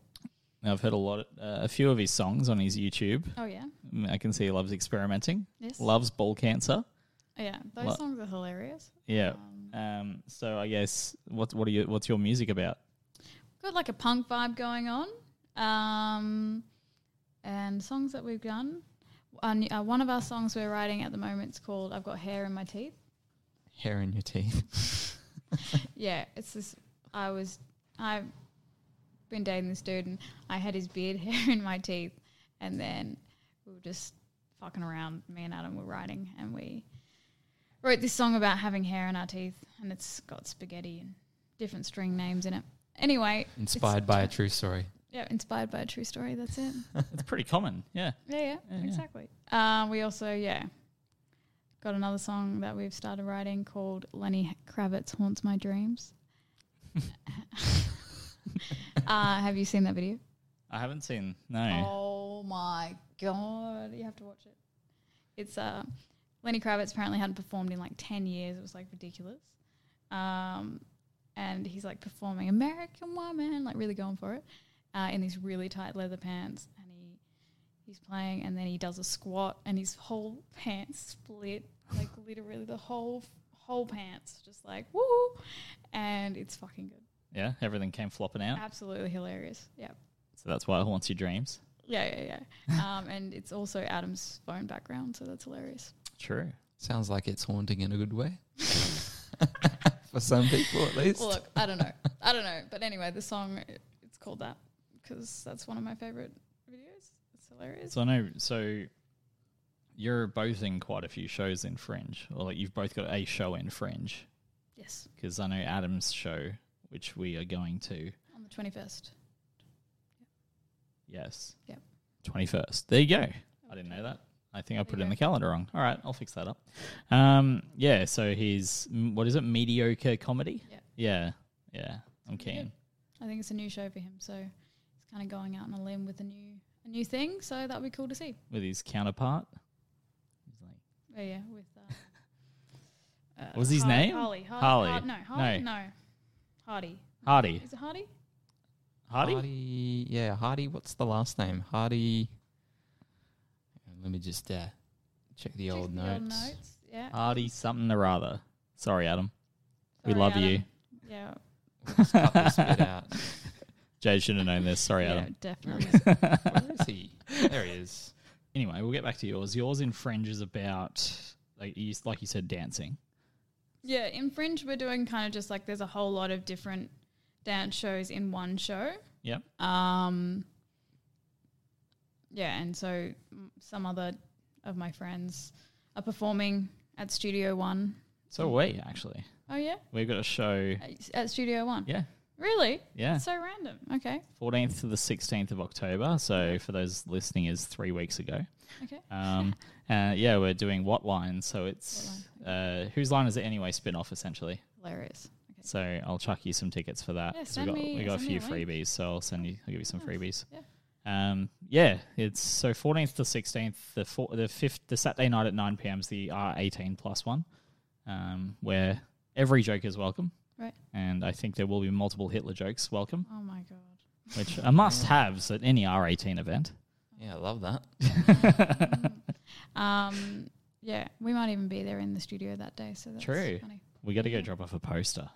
[SPEAKER 3] Now, I've heard a lot, uh, a few of his songs on his YouTube.
[SPEAKER 4] Oh yeah,
[SPEAKER 3] Mm, I can see he loves experimenting,
[SPEAKER 4] yes,
[SPEAKER 3] loves ball cancer.
[SPEAKER 4] yeah. Those
[SPEAKER 3] Lo-
[SPEAKER 4] songs are hilarious.
[SPEAKER 3] Yeah.
[SPEAKER 4] Um,
[SPEAKER 3] Um, so I guess what what are you what's your music about?
[SPEAKER 4] got like a punk vibe going on. Um, and songs that we've done. One, uh, one of our songs we're writing at the moment is called "I've Got Hair in My Teeth."
[SPEAKER 2] Hair in your teeth.
[SPEAKER 4] Yeah, it's this. I was I've been dating this dude, and I had his beard hair in my teeth, and then we were just fucking around. Me and Adam were writing, and we wrote this song about having hair in our teeth, and it's got spaghetti and different string names in it. Anyway, it's
[SPEAKER 2] Inspired by a true story.
[SPEAKER 4] Yeah, inspired by a true story. That's it.
[SPEAKER 3] It's pretty common, yeah.
[SPEAKER 4] Yeah,
[SPEAKER 3] Yeah,
[SPEAKER 4] yeah,
[SPEAKER 3] yeah.
[SPEAKER 4] exactly. Uh, we also, yeah, got another song that we've started writing called Lenny Kravitz Haunts My Dreams. uh, have you seen that video?
[SPEAKER 3] I haven't seen no.
[SPEAKER 4] Oh my god, you have to watch it. It's uh, Lenny Kravitz apparently hadn't performed in like ten years. It was like ridiculous. Um, and he's like performing American Woman, like really going for it, uh, in these really tight leather pants, and he he's playing, and then he does a squat, and his whole pants split, like literally the whole whole pants, just like woo, and it's fucking good.
[SPEAKER 3] Yeah, everything came flopping out.
[SPEAKER 4] Absolutely hilarious. Yeah.
[SPEAKER 3] So that's why it haunts your dreams.
[SPEAKER 4] Yeah, yeah, yeah. um, and it's also Adam's phone background, so that's hilarious.
[SPEAKER 3] True.
[SPEAKER 2] Sounds like it's haunting in a good way. For some people, at least.
[SPEAKER 4] Well, look, I don't know. I don't know. But anyway, the song, it's called that because that's one of my favorite videos. It's hilarious.
[SPEAKER 3] So I know. So you're both in quite a few shows in Fringe, or like you've both got a show in Fringe.
[SPEAKER 4] Yes,
[SPEAKER 3] Because I know Adam's show, which we are going to.
[SPEAKER 4] on the 21st.
[SPEAKER 3] Yes.
[SPEAKER 4] Yep.
[SPEAKER 3] Twenty first. There you go. I didn't know that. I think I
[SPEAKER 4] There
[SPEAKER 3] put
[SPEAKER 4] you
[SPEAKER 3] it in
[SPEAKER 4] go.
[SPEAKER 3] the calendar wrong. All right, I'll fix that up. Um, yeah. So he's mm, what is it? Mediocre comedy.
[SPEAKER 4] Yeah.
[SPEAKER 3] Yeah. Yeah. I'm
[SPEAKER 4] pretty
[SPEAKER 3] keen.
[SPEAKER 4] I think it's a new show for him, so he's kind of going out on a limb with a new a new thing. So that'll be cool to see.
[SPEAKER 3] With his counterpart. He's like,
[SPEAKER 4] Oh yeah, with. Um, uh,
[SPEAKER 3] What was his
[SPEAKER 4] Har-
[SPEAKER 3] name?
[SPEAKER 4] Harley. Harley.
[SPEAKER 3] Harley.
[SPEAKER 4] Har- no, Harley.
[SPEAKER 3] No.
[SPEAKER 4] No. Hardy.
[SPEAKER 3] Hardy.
[SPEAKER 4] Is it Hardy?
[SPEAKER 3] Hardy.
[SPEAKER 2] Hardy, yeah, Hardy. What's the last name? Hardy. Let me just uh, check the
[SPEAKER 4] Check
[SPEAKER 2] old
[SPEAKER 4] the
[SPEAKER 2] notes.
[SPEAKER 4] notes. Yeah.
[SPEAKER 3] Hardy something or other. Sorry, Adam. we
[SPEAKER 4] Sorry,
[SPEAKER 3] love
[SPEAKER 4] Adam.
[SPEAKER 3] you.
[SPEAKER 4] Yeah.
[SPEAKER 2] We'll just cut this bit out.
[SPEAKER 3] Jay should have known this. Sorry,
[SPEAKER 4] yeah,
[SPEAKER 3] Adam.
[SPEAKER 4] definitely.
[SPEAKER 2] Where is he? There he is.
[SPEAKER 3] Anyway, we'll get back to yours. Yours in Fringe is about like you, like you said, dancing.
[SPEAKER 4] Yeah, in Fringe, we're doing kind of just like there's a whole lot of different dance shows in one show.
[SPEAKER 3] Yep.
[SPEAKER 4] Um, yeah, and so mm, some other of my friends are performing at Studio One.
[SPEAKER 3] So are we actually
[SPEAKER 4] Oh, yeah?
[SPEAKER 3] we've got a show.
[SPEAKER 4] At- At Studio One.
[SPEAKER 3] Yeah.
[SPEAKER 4] Really?
[SPEAKER 3] Yeah.
[SPEAKER 4] That's so random. Okay.
[SPEAKER 3] 14th to the 16th of October. So for those listening, is three weeks ago.
[SPEAKER 4] Okay.
[SPEAKER 3] Um, uh, yeah, we're doing What Line. So it's uh, Whose Line Is It Anyway spin off, essentially.
[SPEAKER 4] Hilarious. Okay.
[SPEAKER 3] So I'll chuck you some tickets for that.
[SPEAKER 4] Yeah,
[SPEAKER 3] 'cause
[SPEAKER 4] send
[SPEAKER 3] we got,
[SPEAKER 4] me-
[SPEAKER 3] we got a
[SPEAKER 4] send me
[SPEAKER 3] few
[SPEAKER 4] a link.
[SPEAKER 3] freebies. So I'll send you, I'll give you some
[SPEAKER 4] Nice.
[SPEAKER 3] freebies.
[SPEAKER 4] Yeah.
[SPEAKER 3] Um, yeah, it's so 14th to 16th, the four, the fifth, the Saturday night at 9 p.m. is the R18 plus one, um, where every joke is welcome.
[SPEAKER 4] Right.
[SPEAKER 3] And I think there will be multiple Hitler jokes welcome,
[SPEAKER 4] Oh, my God.
[SPEAKER 3] which are must haves at any R18 event.
[SPEAKER 2] Yeah, I love that.
[SPEAKER 4] Um, yeah, we might even be there in the studio that day. So that's
[SPEAKER 3] True.
[SPEAKER 4] funny.
[SPEAKER 3] We got to go drop off a poster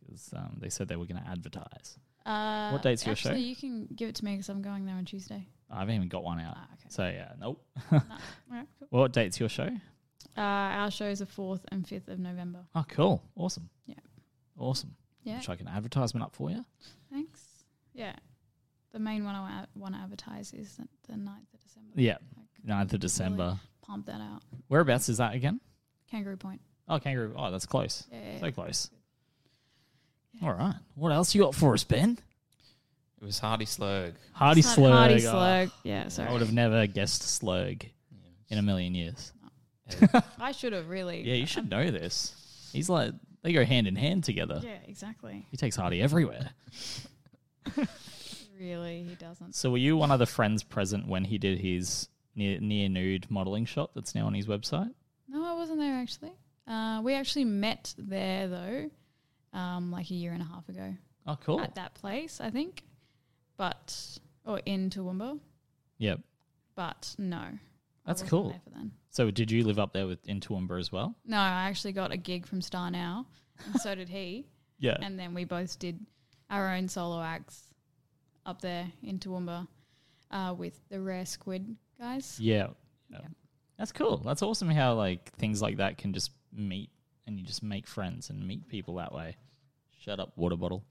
[SPEAKER 3] because um, they said they were going to advertise.
[SPEAKER 4] Uh,
[SPEAKER 3] What date's your show?
[SPEAKER 4] actually, You can give it to me because I'm going there on Tuesday.
[SPEAKER 3] I haven't even got one out.
[SPEAKER 4] Ah, okay.
[SPEAKER 3] So yeah, nope.
[SPEAKER 4] All right, cool.
[SPEAKER 3] What date's your show?
[SPEAKER 4] Uh, our shows are 4th and 5th of November.
[SPEAKER 3] Oh, cool, awesome.
[SPEAKER 4] Yeah.
[SPEAKER 3] awesome.
[SPEAKER 4] Yeah.
[SPEAKER 3] Should I get an advertisement up for you?
[SPEAKER 4] Thanks. Yeah. The main one I want to advertise is the- the 9th of December.
[SPEAKER 3] Yeah,
[SPEAKER 4] Like,
[SPEAKER 3] 9th of December.
[SPEAKER 4] pump that out.
[SPEAKER 3] Whereabouts is that again?
[SPEAKER 4] Kangaroo Point.
[SPEAKER 3] Oh, Kangaroo. Oh, that's close.
[SPEAKER 4] Yeah. yeah,
[SPEAKER 3] So
[SPEAKER 4] yeah.
[SPEAKER 3] close.
[SPEAKER 4] Yeah.
[SPEAKER 3] All right. What else you got for us, Ben?
[SPEAKER 2] It was Hardy Slurg.
[SPEAKER 3] Hardy
[SPEAKER 4] It's
[SPEAKER 3] Slug.
[SPEAKER 4] not Hardy
[SPEAKER 3] Oh,
[SPEAKER 4] Slug. Yeah,
[SPEAKER 3] I
[SPEAKER 4] sorry.
[SPEAKER 3] would have never guessed Slug in a million years.
[SPEAKER 4] I should have really.
[SPEAKER 3] Yeah, you should know this. He's like, they go hand in hand together.
[SPEAKER 4] Yeah, exactly.
[SPEAKER 3] He takes Hardy everywhere.
[SPEAKER 4] Really, he doesn't.
[SPEAKER 3] So were you one of the friends present when he did his near, near nude modeling shot that's now on his website?
[SPEAKER 4] No, I wasn't there actually. Uh, we actually met there though, um, like a year and a half ago
[SPEAKER 3] Oh, cool.
[SPEAKER 4] at that place, I think. But, or in Toowoomba.
[SPEAKER 3] Yep.
[SPEAKER 4] But no. I
[SPEAKER 3] That's
[SPEAKER 4] wasn't
[SPEAKER 3] cool.
[SPEAKER 4] there for then.
[SPEAKER 3] So did you live up there with in Toowoomba as well?
[SPEAKER 4] No, I actually got a gig from Star Now, and so did he.
[SPEAKER 3] Yeah.
[SPEAKER 4] And then we both did our own solo acts up there in Toowoomba uh, with the Rare Squid guys.
[SPEAKER 3] Yeah. yeah.
[SPEAKER 4] Yeah.
[SPEAKER 3] That's cool. That's awesome how like things like that can just meet and you just make friends and meet people that way. Shut up, water bottle.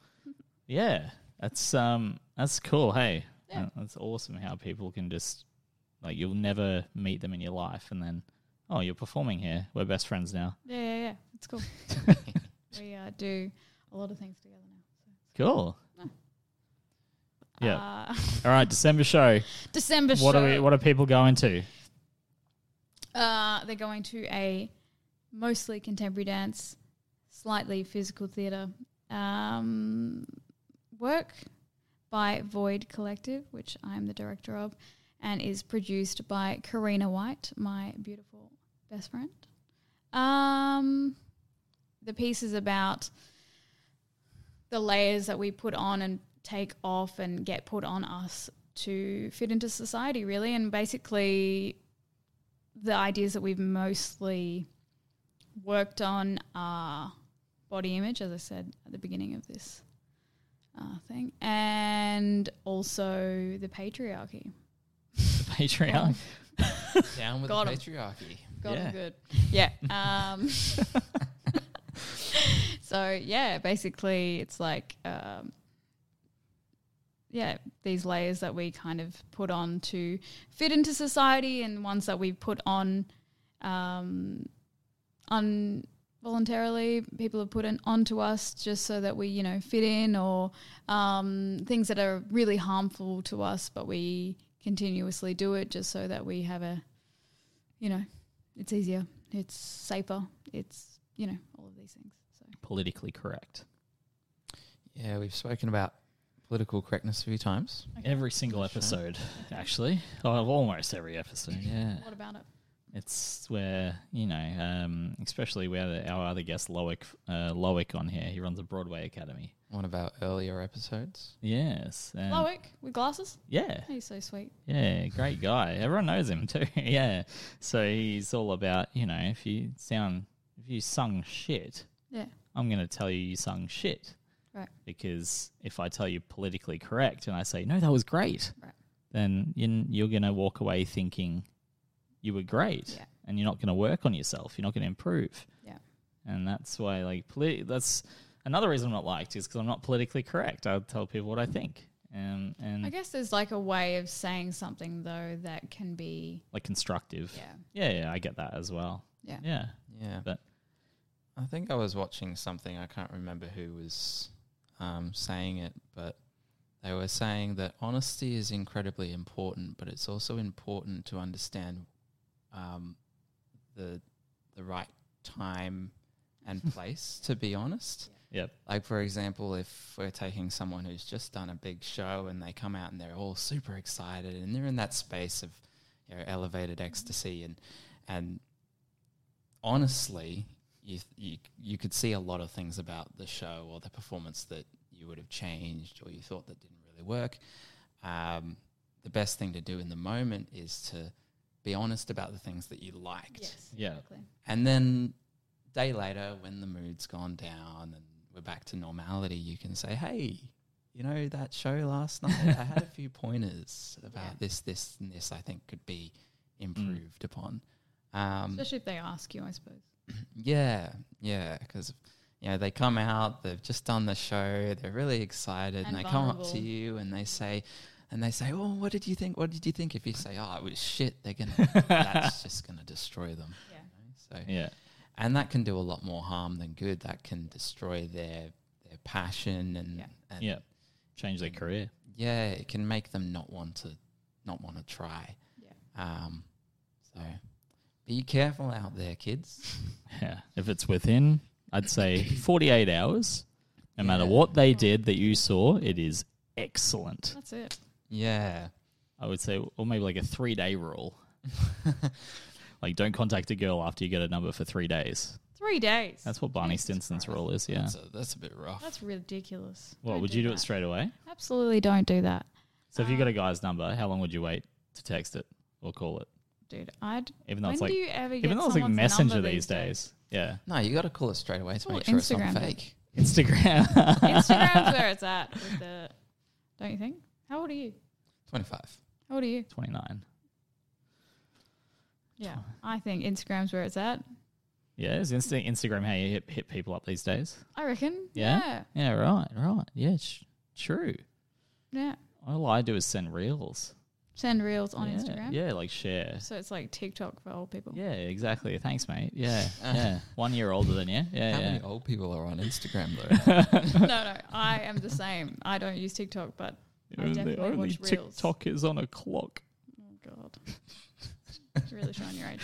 [SPEAKER 3] yeah. That's um that's cool, hey.
[SPEAKER 4] Yeah.
[SPEAKER 3] Uh, That's awesome how people can just like you'll never meet them in your life and then oh, you're performing here. We're best friends now.
[SPEAKER 4] Yeah, yeah, yeah. It's cool. we uh, do a lot of things together now.
[SPEAKER 3] Cool.
[SPEAKER 4] So.
[SPEAKER 3] Yeah.
[SPEAKER 4] Uh,
[SPEAKER 3] All right, December show.
[SPEAKER 4] December
[SPEAKER 3] What
[SPEAKER 4] show.
[SPEAKER 3] are we, what are people going to?
[SPEAKER 4] Uh, they're going to a mostly contemporary dance, slightly physical theatre um, work by Void Collective, which I'm the director of, and is produced by Karina White, my beautiful best friend. Um, the piece is about the layers that we put on and take off and get put on us to fit into society, really, and basically the ideas that we've mostly worked on are body image, as I said at the beginning of this uh, thing, and also the patriarchy.
[SPEAKER 3] The Patreon.
[SPEAKER 2] Down with
[SPEAKER 4] Got
[SPEAKER 2] the
[SPEAKER 4] 'em.
[SPEAKER 2] patriarchy.
[SPEAKER 4] Got
[SPEAKER 3] Yeah.
[SPEAKER 4] him good. Yeah. Um, so yeah, basically, it's like um, yeah, these layers that we kind of put on to fit into society, and ones that we put on um, on voluntarily people have put in onto us just so that we you know fit in or um, things that are really harmful to us but we continuously do it just so that we have a you know it's easier, it's safer, it's you know all of these things. So
[SPEAKER 3] Politically correct.
[SPEAKER 2] Yeah, we've spoken about political correctness a few times.
[SPEAKER 3] Every single
[SPEAKER 2] Sure.
[SPEAKER 3] episode, actually. Oh, almost every episode. Yeah.
[SPEAKER 4] what about it?
[SPEAKER 3] It's where you know, um, especially we had our other guest Loic, uh, Loic on here. He runs a Broadway academy.
[SPEAKER 2] One of our earlier episodes.
[SPEAKER 3] Yes, and
[SPEAKER 4] Loic with glasses.
[SPEAKER 3] Yeah,
[SPEAKER 4] He's so sweet.
[SPEAKER 3] yeah, great guy. Everyone knows him too. yeah, so he's all about you know, if you sound, if you sung shit,
[SPEAKER 4] Yeah.
[SPEAKER 3] I'm going to tell you you sung shit.
[SPEAKER 4] Right.
[SPEAKER 3] Because if I tell you politically correct and I say, no, that was great,
[SPEAKER 4] Right.
[SPEAKER 3] then you- you're going to walk away thinking you were great
[SPEAKER 4] Yeah.
[SPEAKER 3] and you're not going to work on yourself. You're not going to improve.
[SPEAKER 4] Yeah.
[SPEAKER 3] And that's why, like, politi- that's another reason I'm not liked is because I'm not politically correct. I'll tell people what I think. Um, and
[SPEAKER 4] I guess there's like a way of saying something though that can be
[SPEAKER 3] like constructive.
[SPEAKER 4] yeah.
[SPEAKER 3] Yeah. yeah, I get that as well.
[SPEAKER 4] Yeah.
[SPEAKER 3] Yeah.
[SPEAKER 2] Yeah.
[SPEAKER 3] But-
[SPEAKER 2] I think I was watching something, I can't remember who was um, saying it, but they were saying that honesty is incredibly important, but it's also important to understand um, the the right time and place to be honest.
[SPEAKER 3] Yep.
[SPEAKER 2] Like for example, if we're taking someone who's just done a big show and they come out and they're all super excited and they're in that space of you know, elevated ecstasy and and honestly, you you you could see a lot of things about the show or the performance that you would have changed or you thought that didn't really work. Um, the best thing to do in the moment is to be honest about the things that you liked.
[SPEAKER 4] Yes.
[SPEAKER 3] Yeah.
[SPEAKER 4] Exactly.
[SPEAKER 2] And then day later, when the mood's gone down and we're back to normality, you can say, "Hey, you know that show last night? I had a few pointers about
[SPEAKER 4] Yeah. Mm.
[SPEAKER 2] this, this, and this. I think could be improved upon." Um,
[SPEAKER 4] Especially if they ask you, I suppose.
[SPEAKER 2] yeah, yeah, because you know they come out, they've just done the show, they're really excited, and,
[SPEAKER 4] And
[SPEAKER 2] they come up to
[SPEAKER 4] vulnerable.
[SPEAKER 2] you and they say, and they say, "Oh, what did you think? What did you think?" If you say, "Oh, it was shit," they're gonna that's just gonna destroy them.
[SPEAKER 4] Yeah.
[SPEAKER 2] So
[SPEAKER 3] Yeah.
[SPEAKER 2] and that can do a lot more harm than good. That can destroy their their passion and
[SPEAKER 4] Yeah.
[SPEAKER 2] and
[SPEAKER 3] Yeah. Change their career.
[SPEAKER 2] yeah, it can make them not want to not want to try.
[SPEAKER 4] Yeah.
[SPEAKER 2] Um, so be careful out there, kids.
[SPEAKER 3] Yeah. If it's within, I'd say 48 hours, no matter
[SPEAKER 2] Yeah.
[SPEAKER 3] what they did that you saw, it is excellent.
[SPEAKER 4] That's it.
[SPEAKER 2] Yeah,
[SPEAKER 3] I would say, or maybe like a three day rule. like, don't contact a girl after you get a number for three days.
[SPEAKER 4] Three days.
[SPEAKER 3] That's what Barney Stinson's rule is. Yeah.
[SPEAKER 2] that's a, that's a bit rough.
[SPEAKER 4] That's ridiculous.
[SPEAKER 3] What
[SPEAKER 4] Don't
[SPEAKER 3] would you do it
[SPEAKER 4] that.
[SPEAKER 3] straight away?
[SPEAKER 4] Absolutely don't do that.
[SPEAKER 3] So, if you got a guy's number, how long would you wait to text it or call it?
[SPEAKER 4] Dude, I'd
[SPEAKER 3] Even though
[SPEAKER 4] when
[SPEAKER 3] it's like,
[SPEAKER 4] do you ever get
[SPEAKER 3] even though it's like
[SPEAKER 4] someone's
[SPEAKER 3] Messenger
[SPEAKER 4] number
[SPEAKER 3] these days. Yeah.
[SPEAKER 2] no, you got to call it straight away to
[SPEAKER 4] Call
[SPEAKER 2] make sure
[SPEAKER 4] Instagram,
[SPEAKER 2] it's
[SPEAKER 4] dude.
[SPEAKER 2] not fake.
[SPEAKER 3] Instagram.
[SPEAKER 4] Instagram's where it's at with the don't you think? How old are you?
[SPEAKER 2] Twenty five.
[SPEAKER 4] How old are you?
[SPEAKER 3] 29.
[SPEAKER 4] Yeah, I think Instagram's where it's at.
[SPEAKER 3] Yeah. Is Insta- Instagram how you hit, hit people up these days?
[SPEAKER 4] I reckon.
[SPEAKER 3] Yeah?
[SPEAKER 4] Yeah.
[SPEAKER 3] Yeah, right, right. Yeah, sh- true.
[SPEAKER 4] yeah.
[SPEAKER 3] All I do is send reels
[SPEAKER 4] Send reels on
[SPEAKER 3] Yeah,
[SPEAKER 4] Instagram.
[SPEAKER 3] Yeah, like share.
[SPEAKER 4] So it's like TikTok for old people.
[SPEAKER 3] Yeah, exactly. Thanks, mate. Yeah, yeah. One year older than you.
[SPEAKER 2] How
[SPEAKER 3] Yeah,
[SPEAKER 2] many old people are on Instagram though?
[SPEAKER 4] no, no, I am the same. I don't use TikTok, but I
[SPEAKER 3] yeah.
[SPEAKER 4] definitely watch reels.
[SPEAKER 3] is on a clock.
[SPEAKER 4] Oh God, it's really showing your age.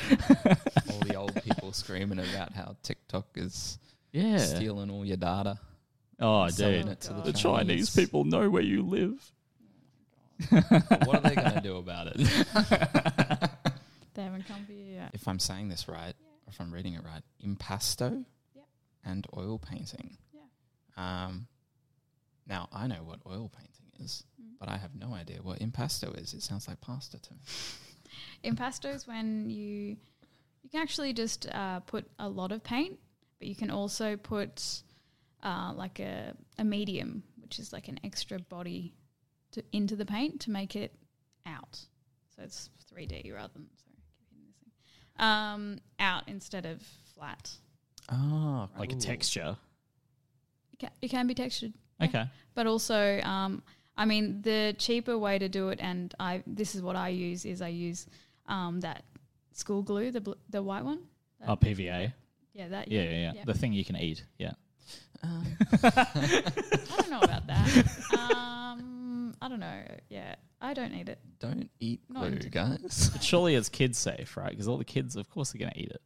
[SPEAKER 2] all the old people screaming about how TikTok is
[SPEAKER 3] Yeah.
[SPEAKER 2] stealing all your data.
[SPEAKER 3] Oh,
[SPEAKER 2] selling
[SPEAKER 3] dude.
[SPEAKER 2] it to
[SPEAKER 4] Oh,
[SPEAKER 2] the,
[SPEAKER 4] God. The
[SPEAKER 2] Chinese
[SPEAKER 3] people know where you live.
[SPEAKER 2] what are they going to do about it?
[SPEAKER 4] They haven't come for you yet.
[SPEAKER 2] if I'm saying this right, or if I'm reading it right, impasto
[SPEAKER 4] Yep.
[SPEAKER 2] and oil painting.
[SPEAKER 4] Yeah.
[SPEAKER 2] Um, now, I know what oil painting is,
[SPEAKER 4] Mm.
[SPEAKER 2] but I have no idea what impasto is. It sounds like pasta to me.
[SPEAKER 4] Impastos when you you can actually just uh, put a lot of paint, but you can also put uh, like a, a medium, which which is like an extra body to into the paint to make it out. So it's 3D rather than sorry, keep hitting this thing. Um, out instead of flat.
[SPEAKER 2] Oh,
[SPEAKER 3] like a texture.
[SPEAKER 4] It can, it can be textured. Yeah.
[SPEAKER 3] Okay.
[SPEAKER 4] but also um, i mean the cheaper way to do it and i this is what i use is i use um, that school glue the bl- the white one That-
[SPEAKER 3] Oh, PVA.
[SPEAKER 4] Uh, yeah that
[SPEAKER 3] Yeah, yeah, yeah,
[SPEAKER 4] Yeah.
[SPEAKER 3] The thing you can eat. Yeah.
[SPEAKER 2] Um,
[SPEAKER 4] i don't know about that um, i don't know yeah i don't need it
[SPEAKER 2] don't eat
[SPEAKER 4] Not
[SPEAKER 2] glue,
[SPEAKER 4] into-
[SPEAKER 2] guys.
[SPEAKER 3] But surely it's kids safe, right? Because all the kids, of course, are going to eat it.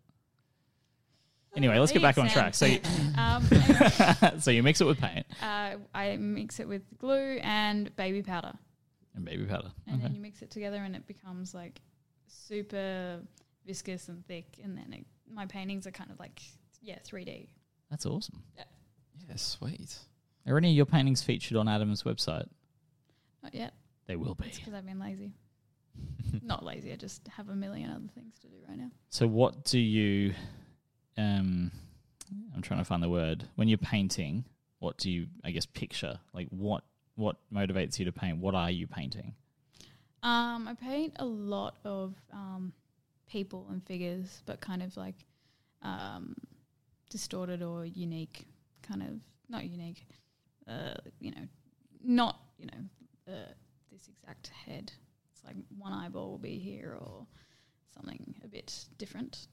[SPEAKER 3] Anyway,
[SPEAKER 4] Uh,
[SPEAKER 3] let's
[SPEAKER 4] it
[SPEAKER 3] get back on
[SPEAKER 4] is
[SPEAKER 3] track. So,
[SPEAKER 4] sand.
[SPEAKER 3] you,
[SPEAKER 4] um, anyway,
[SPEAKER 3] so you mix it with paint
[SPEAKER 4] uh, i mix it with glue and baby powder
[SPEAKER 3] and baby powder.
[SPEAKER 4] and
[SPEAKER 3] Okay.
[SPEAKER 4] then you mix it together and it becomes like super viscous and thick and then it, my paintings are kind of like yeah 3d
[SPEAKER 3] That's awesome.
[SPEAKER 2] yeah, sweet.
[SPEAKER 3] Are any of your paintings featured on Adam's website?
[SPEAKER 4] not yet
[SPEAKER 3] They will be.
[SPEAKER 4] It's because I've been lazy. Not lazy. I just have a million other things to do right now.
[SPEAKER 3] So what do you um I'm trying to find the word. When you're painting, what do you I guess picture? Like what what motivates you to paint? What are you painting?
[SPEAKER 4] Um, I paint a lot of um, people and figures, but kind of like um, distorted or unique. Kind of not unique. Uh, you know, not you know uh, this exact head. It's like one eyeball will be here or something a bit different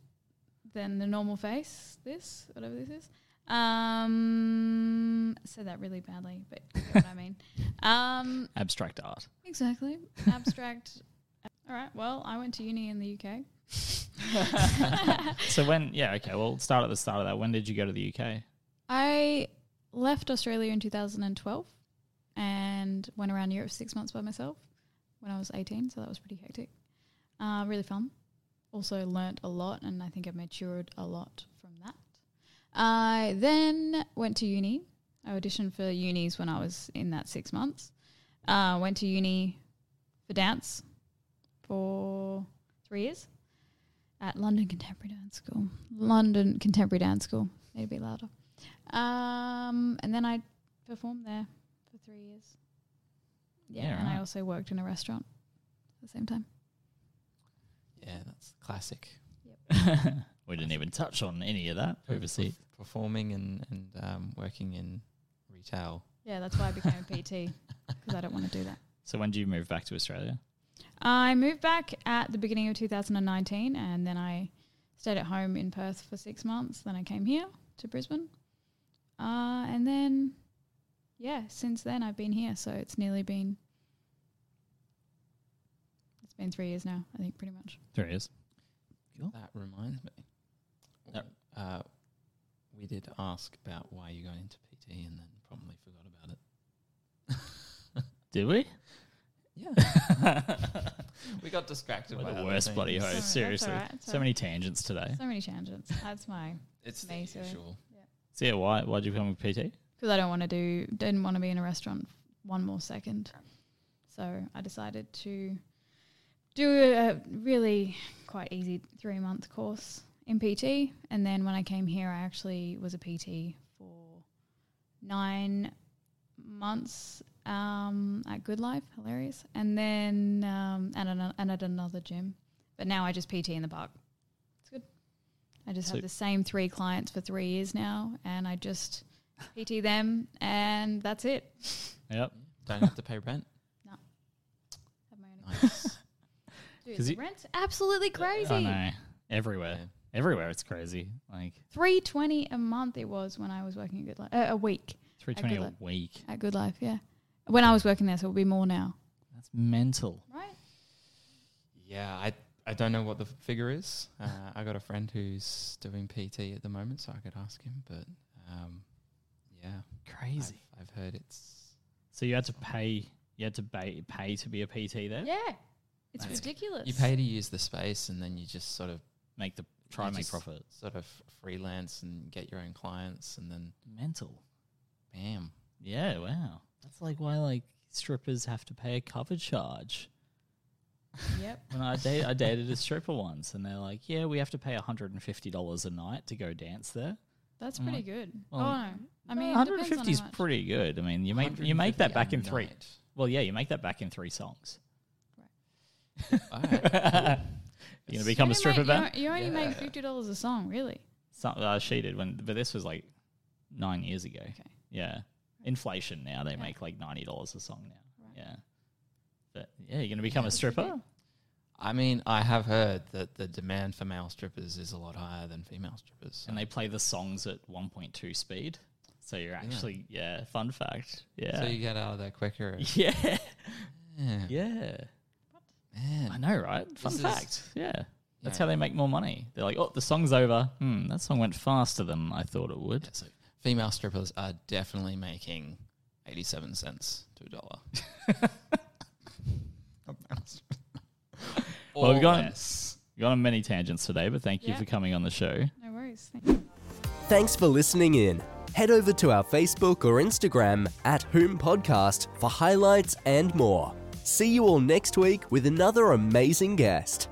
[SPEAKER 4] than the normal face. This whatever this is. Um, said that really badly, but you know what I mean. Um,
[SPEAKER 3] Abstract art.
[SPEAKER 4] Exactly. Abstract. All right. Well, I went to uni in the UK.
[SPEAKER 3] So when yeah, okay, well start at the start of that. When did you go to the UK?
[SPEAKER 4] I left Australia in 2012 and went around Europe for six months by myself when I was 18. So that was pretty hectic. Uh, really fun. Also learnt a lot, and I think I've matured a lot from that. I then went to uni. I auditioned for unis when I was in that six months. Uh, went to uni for dance for three years at London Contemporary Dance School. London Contemporary Dance School. Need to be louder. Um, and then I performed there for three years. Yeah,
[SPEAKER 3] Yeah,
[SPEAKER 4] and
[SPEAKER 3] right.
[SPEAKER 4] I also worked in a restaurant at the same time.
[SPEAKER 2] Yeah, that's classic.
[SPEAKER 3] we didn't even touch on any of that previously.
[SPEAKER 2] Perf- Performing and, and um, working in retail.
[SPEAKER 4] Yeah, that's why I became a PT because I don't want to do that.
[SPEAKER 3] So when did you move back to Australia?
[SPEAKER 4] I moved back at the beginning of 2019 and then I stayed at home in Perth for six months. Then I came here to Brisbane. Uh, and then, yeah, since then I've been here. So it's nearly been, it's been three years now, I think, pretty much.
[SPEAKER 3] Three years.
[SPEAKER 2] That reminds me.
[SPEAKER 3] Yep.
[SPEAKER 2] Uh, we did ask about why you got into PT and then probably forgot about it.
[SPEAKER 3] Did we?
[SPEAKER 2] Yeah. we got distracted
[SPEAKER 3] We're
[SPEAKER 2] by
[SPEAKER 3] the
[SPEAKER 2] other
[SPEAKER 3] worst bloody
[SPEAKER 2] things.
[SPEAKER 3] host.
[SPEAKER 4] That's all right, that's
[SPEAKER 3] seriously.
[SPEAKER 4] all right, that's
[SPEAKER 3] so
[SPEAKER 4] all
[SPEAKER 3] many tangents today.
[SPEAKER 4] So many tangents. That's my,
[SPEAKER 2] It's the
[SPEAKER 4] Amazing.
[SPEAKER 2] usual.
[SPEAKER 3] So yeah, why why'd you become a PT?
[SPEAKER 4] because I don't want to do, didn't want to be in a restaurant one more second. So I decided to do a really quite easy three month course in PT. And then when I came here, I actually was a PT for nine months um, at Good Life, hilarious. And then um, at, an, and at another gym. But now I just PT in the park. It's good. I just
[SPEAKER 3] So-
[SPEAKER 4] have the same three clients for three years now, and I just PT them, and that's it.
[SPEAKER 3] Yep.
[SPEAKER 2] Don't have to pay rent.
[SPEAKER 4] Have my own
[SPEAKER 2] Nice.
[SPEAKER 4] Dude,
[SPEAKER 3] 'Cause
[SPEAKER 4] the
[SPEAKER 3] you-
[SPEAKER 4] rent's absolutely crazy.
[SPEAKER 3] I know. Everywhere.
[SPEAKER 2] Yeah.
[SPEAKER 3] Everywhere it's crazy. Like
[SPEAKER 4] Three twenty a month it was when I was working at Good Life. Uh, a week
[SPEAKER 3] three twenty a
[SPEAKER 4] Equivalent.
[SPEAKER 3] week.
[SPEAKER 4] at Good Life, yeah. When I was working there, so it'll be more now,
[SPEAKER 3] That's mental.
[SPEAKER 4] right?
[SPEAKER 2] Yeah, I I don't know what the figure is. Uh, I got a friend who's doing PT at the moment, so I could ask him. But um, yeah, I've,
[SPEAKER 3] Crazy.
[SPEAKER 2] I've heard it's
[SPEAKER 3] So you had to pay you had to pay, pay to be a PT there?
[SPEAKER 4] Yeah, it's
[SPEAKER 2] That's-
[SPEAKER 4] ridiculous.
[SPEAKER 2] you pay to use the space, and then you just sort of
[SPEAKER 3] Make the try
[SPEAKER 2] You
[SPEAKER 3] and make
[SPEAKER 2] just-
[SPEAKER 3] profit.
[SPEAKER 2] sort of freelance and get your own clients, and then
[SPEAKER 3] Mental.
[SPEAKER 2] bam,
[SPEAKER 3] Yeah, wow. That's like why like strippers have to pay a cover charge.
[SPEAKER 4] Yep.
[SPEAKER 3] When I dated, I dated a stripper once and they're like, Yeah, we have to pay hundred and fifty dollars a night to go dance there.
[SPEAKER 4] That's
[SPEAKER 3] I'm
[SPEAKER 4] pretty
[SPEAKER 3] like-
[SPEAKER 4] good.
[SPEAKER 3] well,
[SPEAKER 4] oh, no. I mean, it depends on how
[SPEAKER 3] 150 is
[SPEAKER 4] much.
[SPEAKER 3] pretty good. I mean, you make you make that
[SPEAKER 2] 150
[SPEAKER 3] back
[SPEAKER 2] a
[SPEAKER 3] in three.
[SPEAKER 2] night.
[SPEAKER 3] Well, yeah, you make that back in three songs.
[SPEAKER 2] All
[SPEAKER 3] You're
[SPEAKER 2] right.
[SPEAKER 3] gonna become a
[SPEAKER 4] You only
[SPEAKER 3] stripper
[SPEAKER 4] make-
[SPEAKER 3] then?
[SPEAKER 4] You, only
[SPEAKER 2] Yeah.
[SPEAKER 4] make fifty dollars a song, really.
[SPEAKER 3] So, uh, she did when, but this was like nine years ago.
[SPEAKER 4] Okay.
[SPEAKER 3] Yeah, inflation now they
[SPEAKER 4] Okay.
[SPEAKER 3] make like ninety dollars a song now.
[SPEAKER 4] Right.
[SPEAKER 3] Yeah, but yeah, you're gonna become a stripper.
[SPEAKER 2] I mean, I have heard that the demand for male strippers is a lot higher than female strippers.
[SPEAKER 3] and they play the songs at 1.2 speed. So you're actually, yeah, fun fact. Yeah.
[SPEAKER 2] So you get out of there quicker.
[SPEAKER 3] yeah.
[SPEAKER 2] Yeah,
[SPEAKER 3] Yeah. I
[SPEAKER 2] man.
[SPEAKER 3] know, right? Fun
[SPEAKER 2] This is-
[SPEAKER 3] fact. yeah. That's
[SPEAKER 2] Yeah.
[SPEAKER 3] how they make more money. They're like, oh, the song's over. Hmm, that song went faster than I thought it would.
[SPEAKER 2] Yeah, so female strippers are definitely making eighty-seven cents to a dollar.
[SPEAKER 3] Well,
[SPEAKER 2] Or
[SPEAKER 3] we've gone,
[SPEAKER 2] less.
[SPEAKER 3] gone on many tangents today, but thank you
[SPEAKER 4] Yeah.
[SPEAKER 3] for coming on the show.
[SPEAKER 4] No worries. Thank you.
[SPEAKER 1] Thanks for listening in. Head over to our Facebook or Instagram at Whom Podcast for highlights and more. See you all next week with another amazing guest.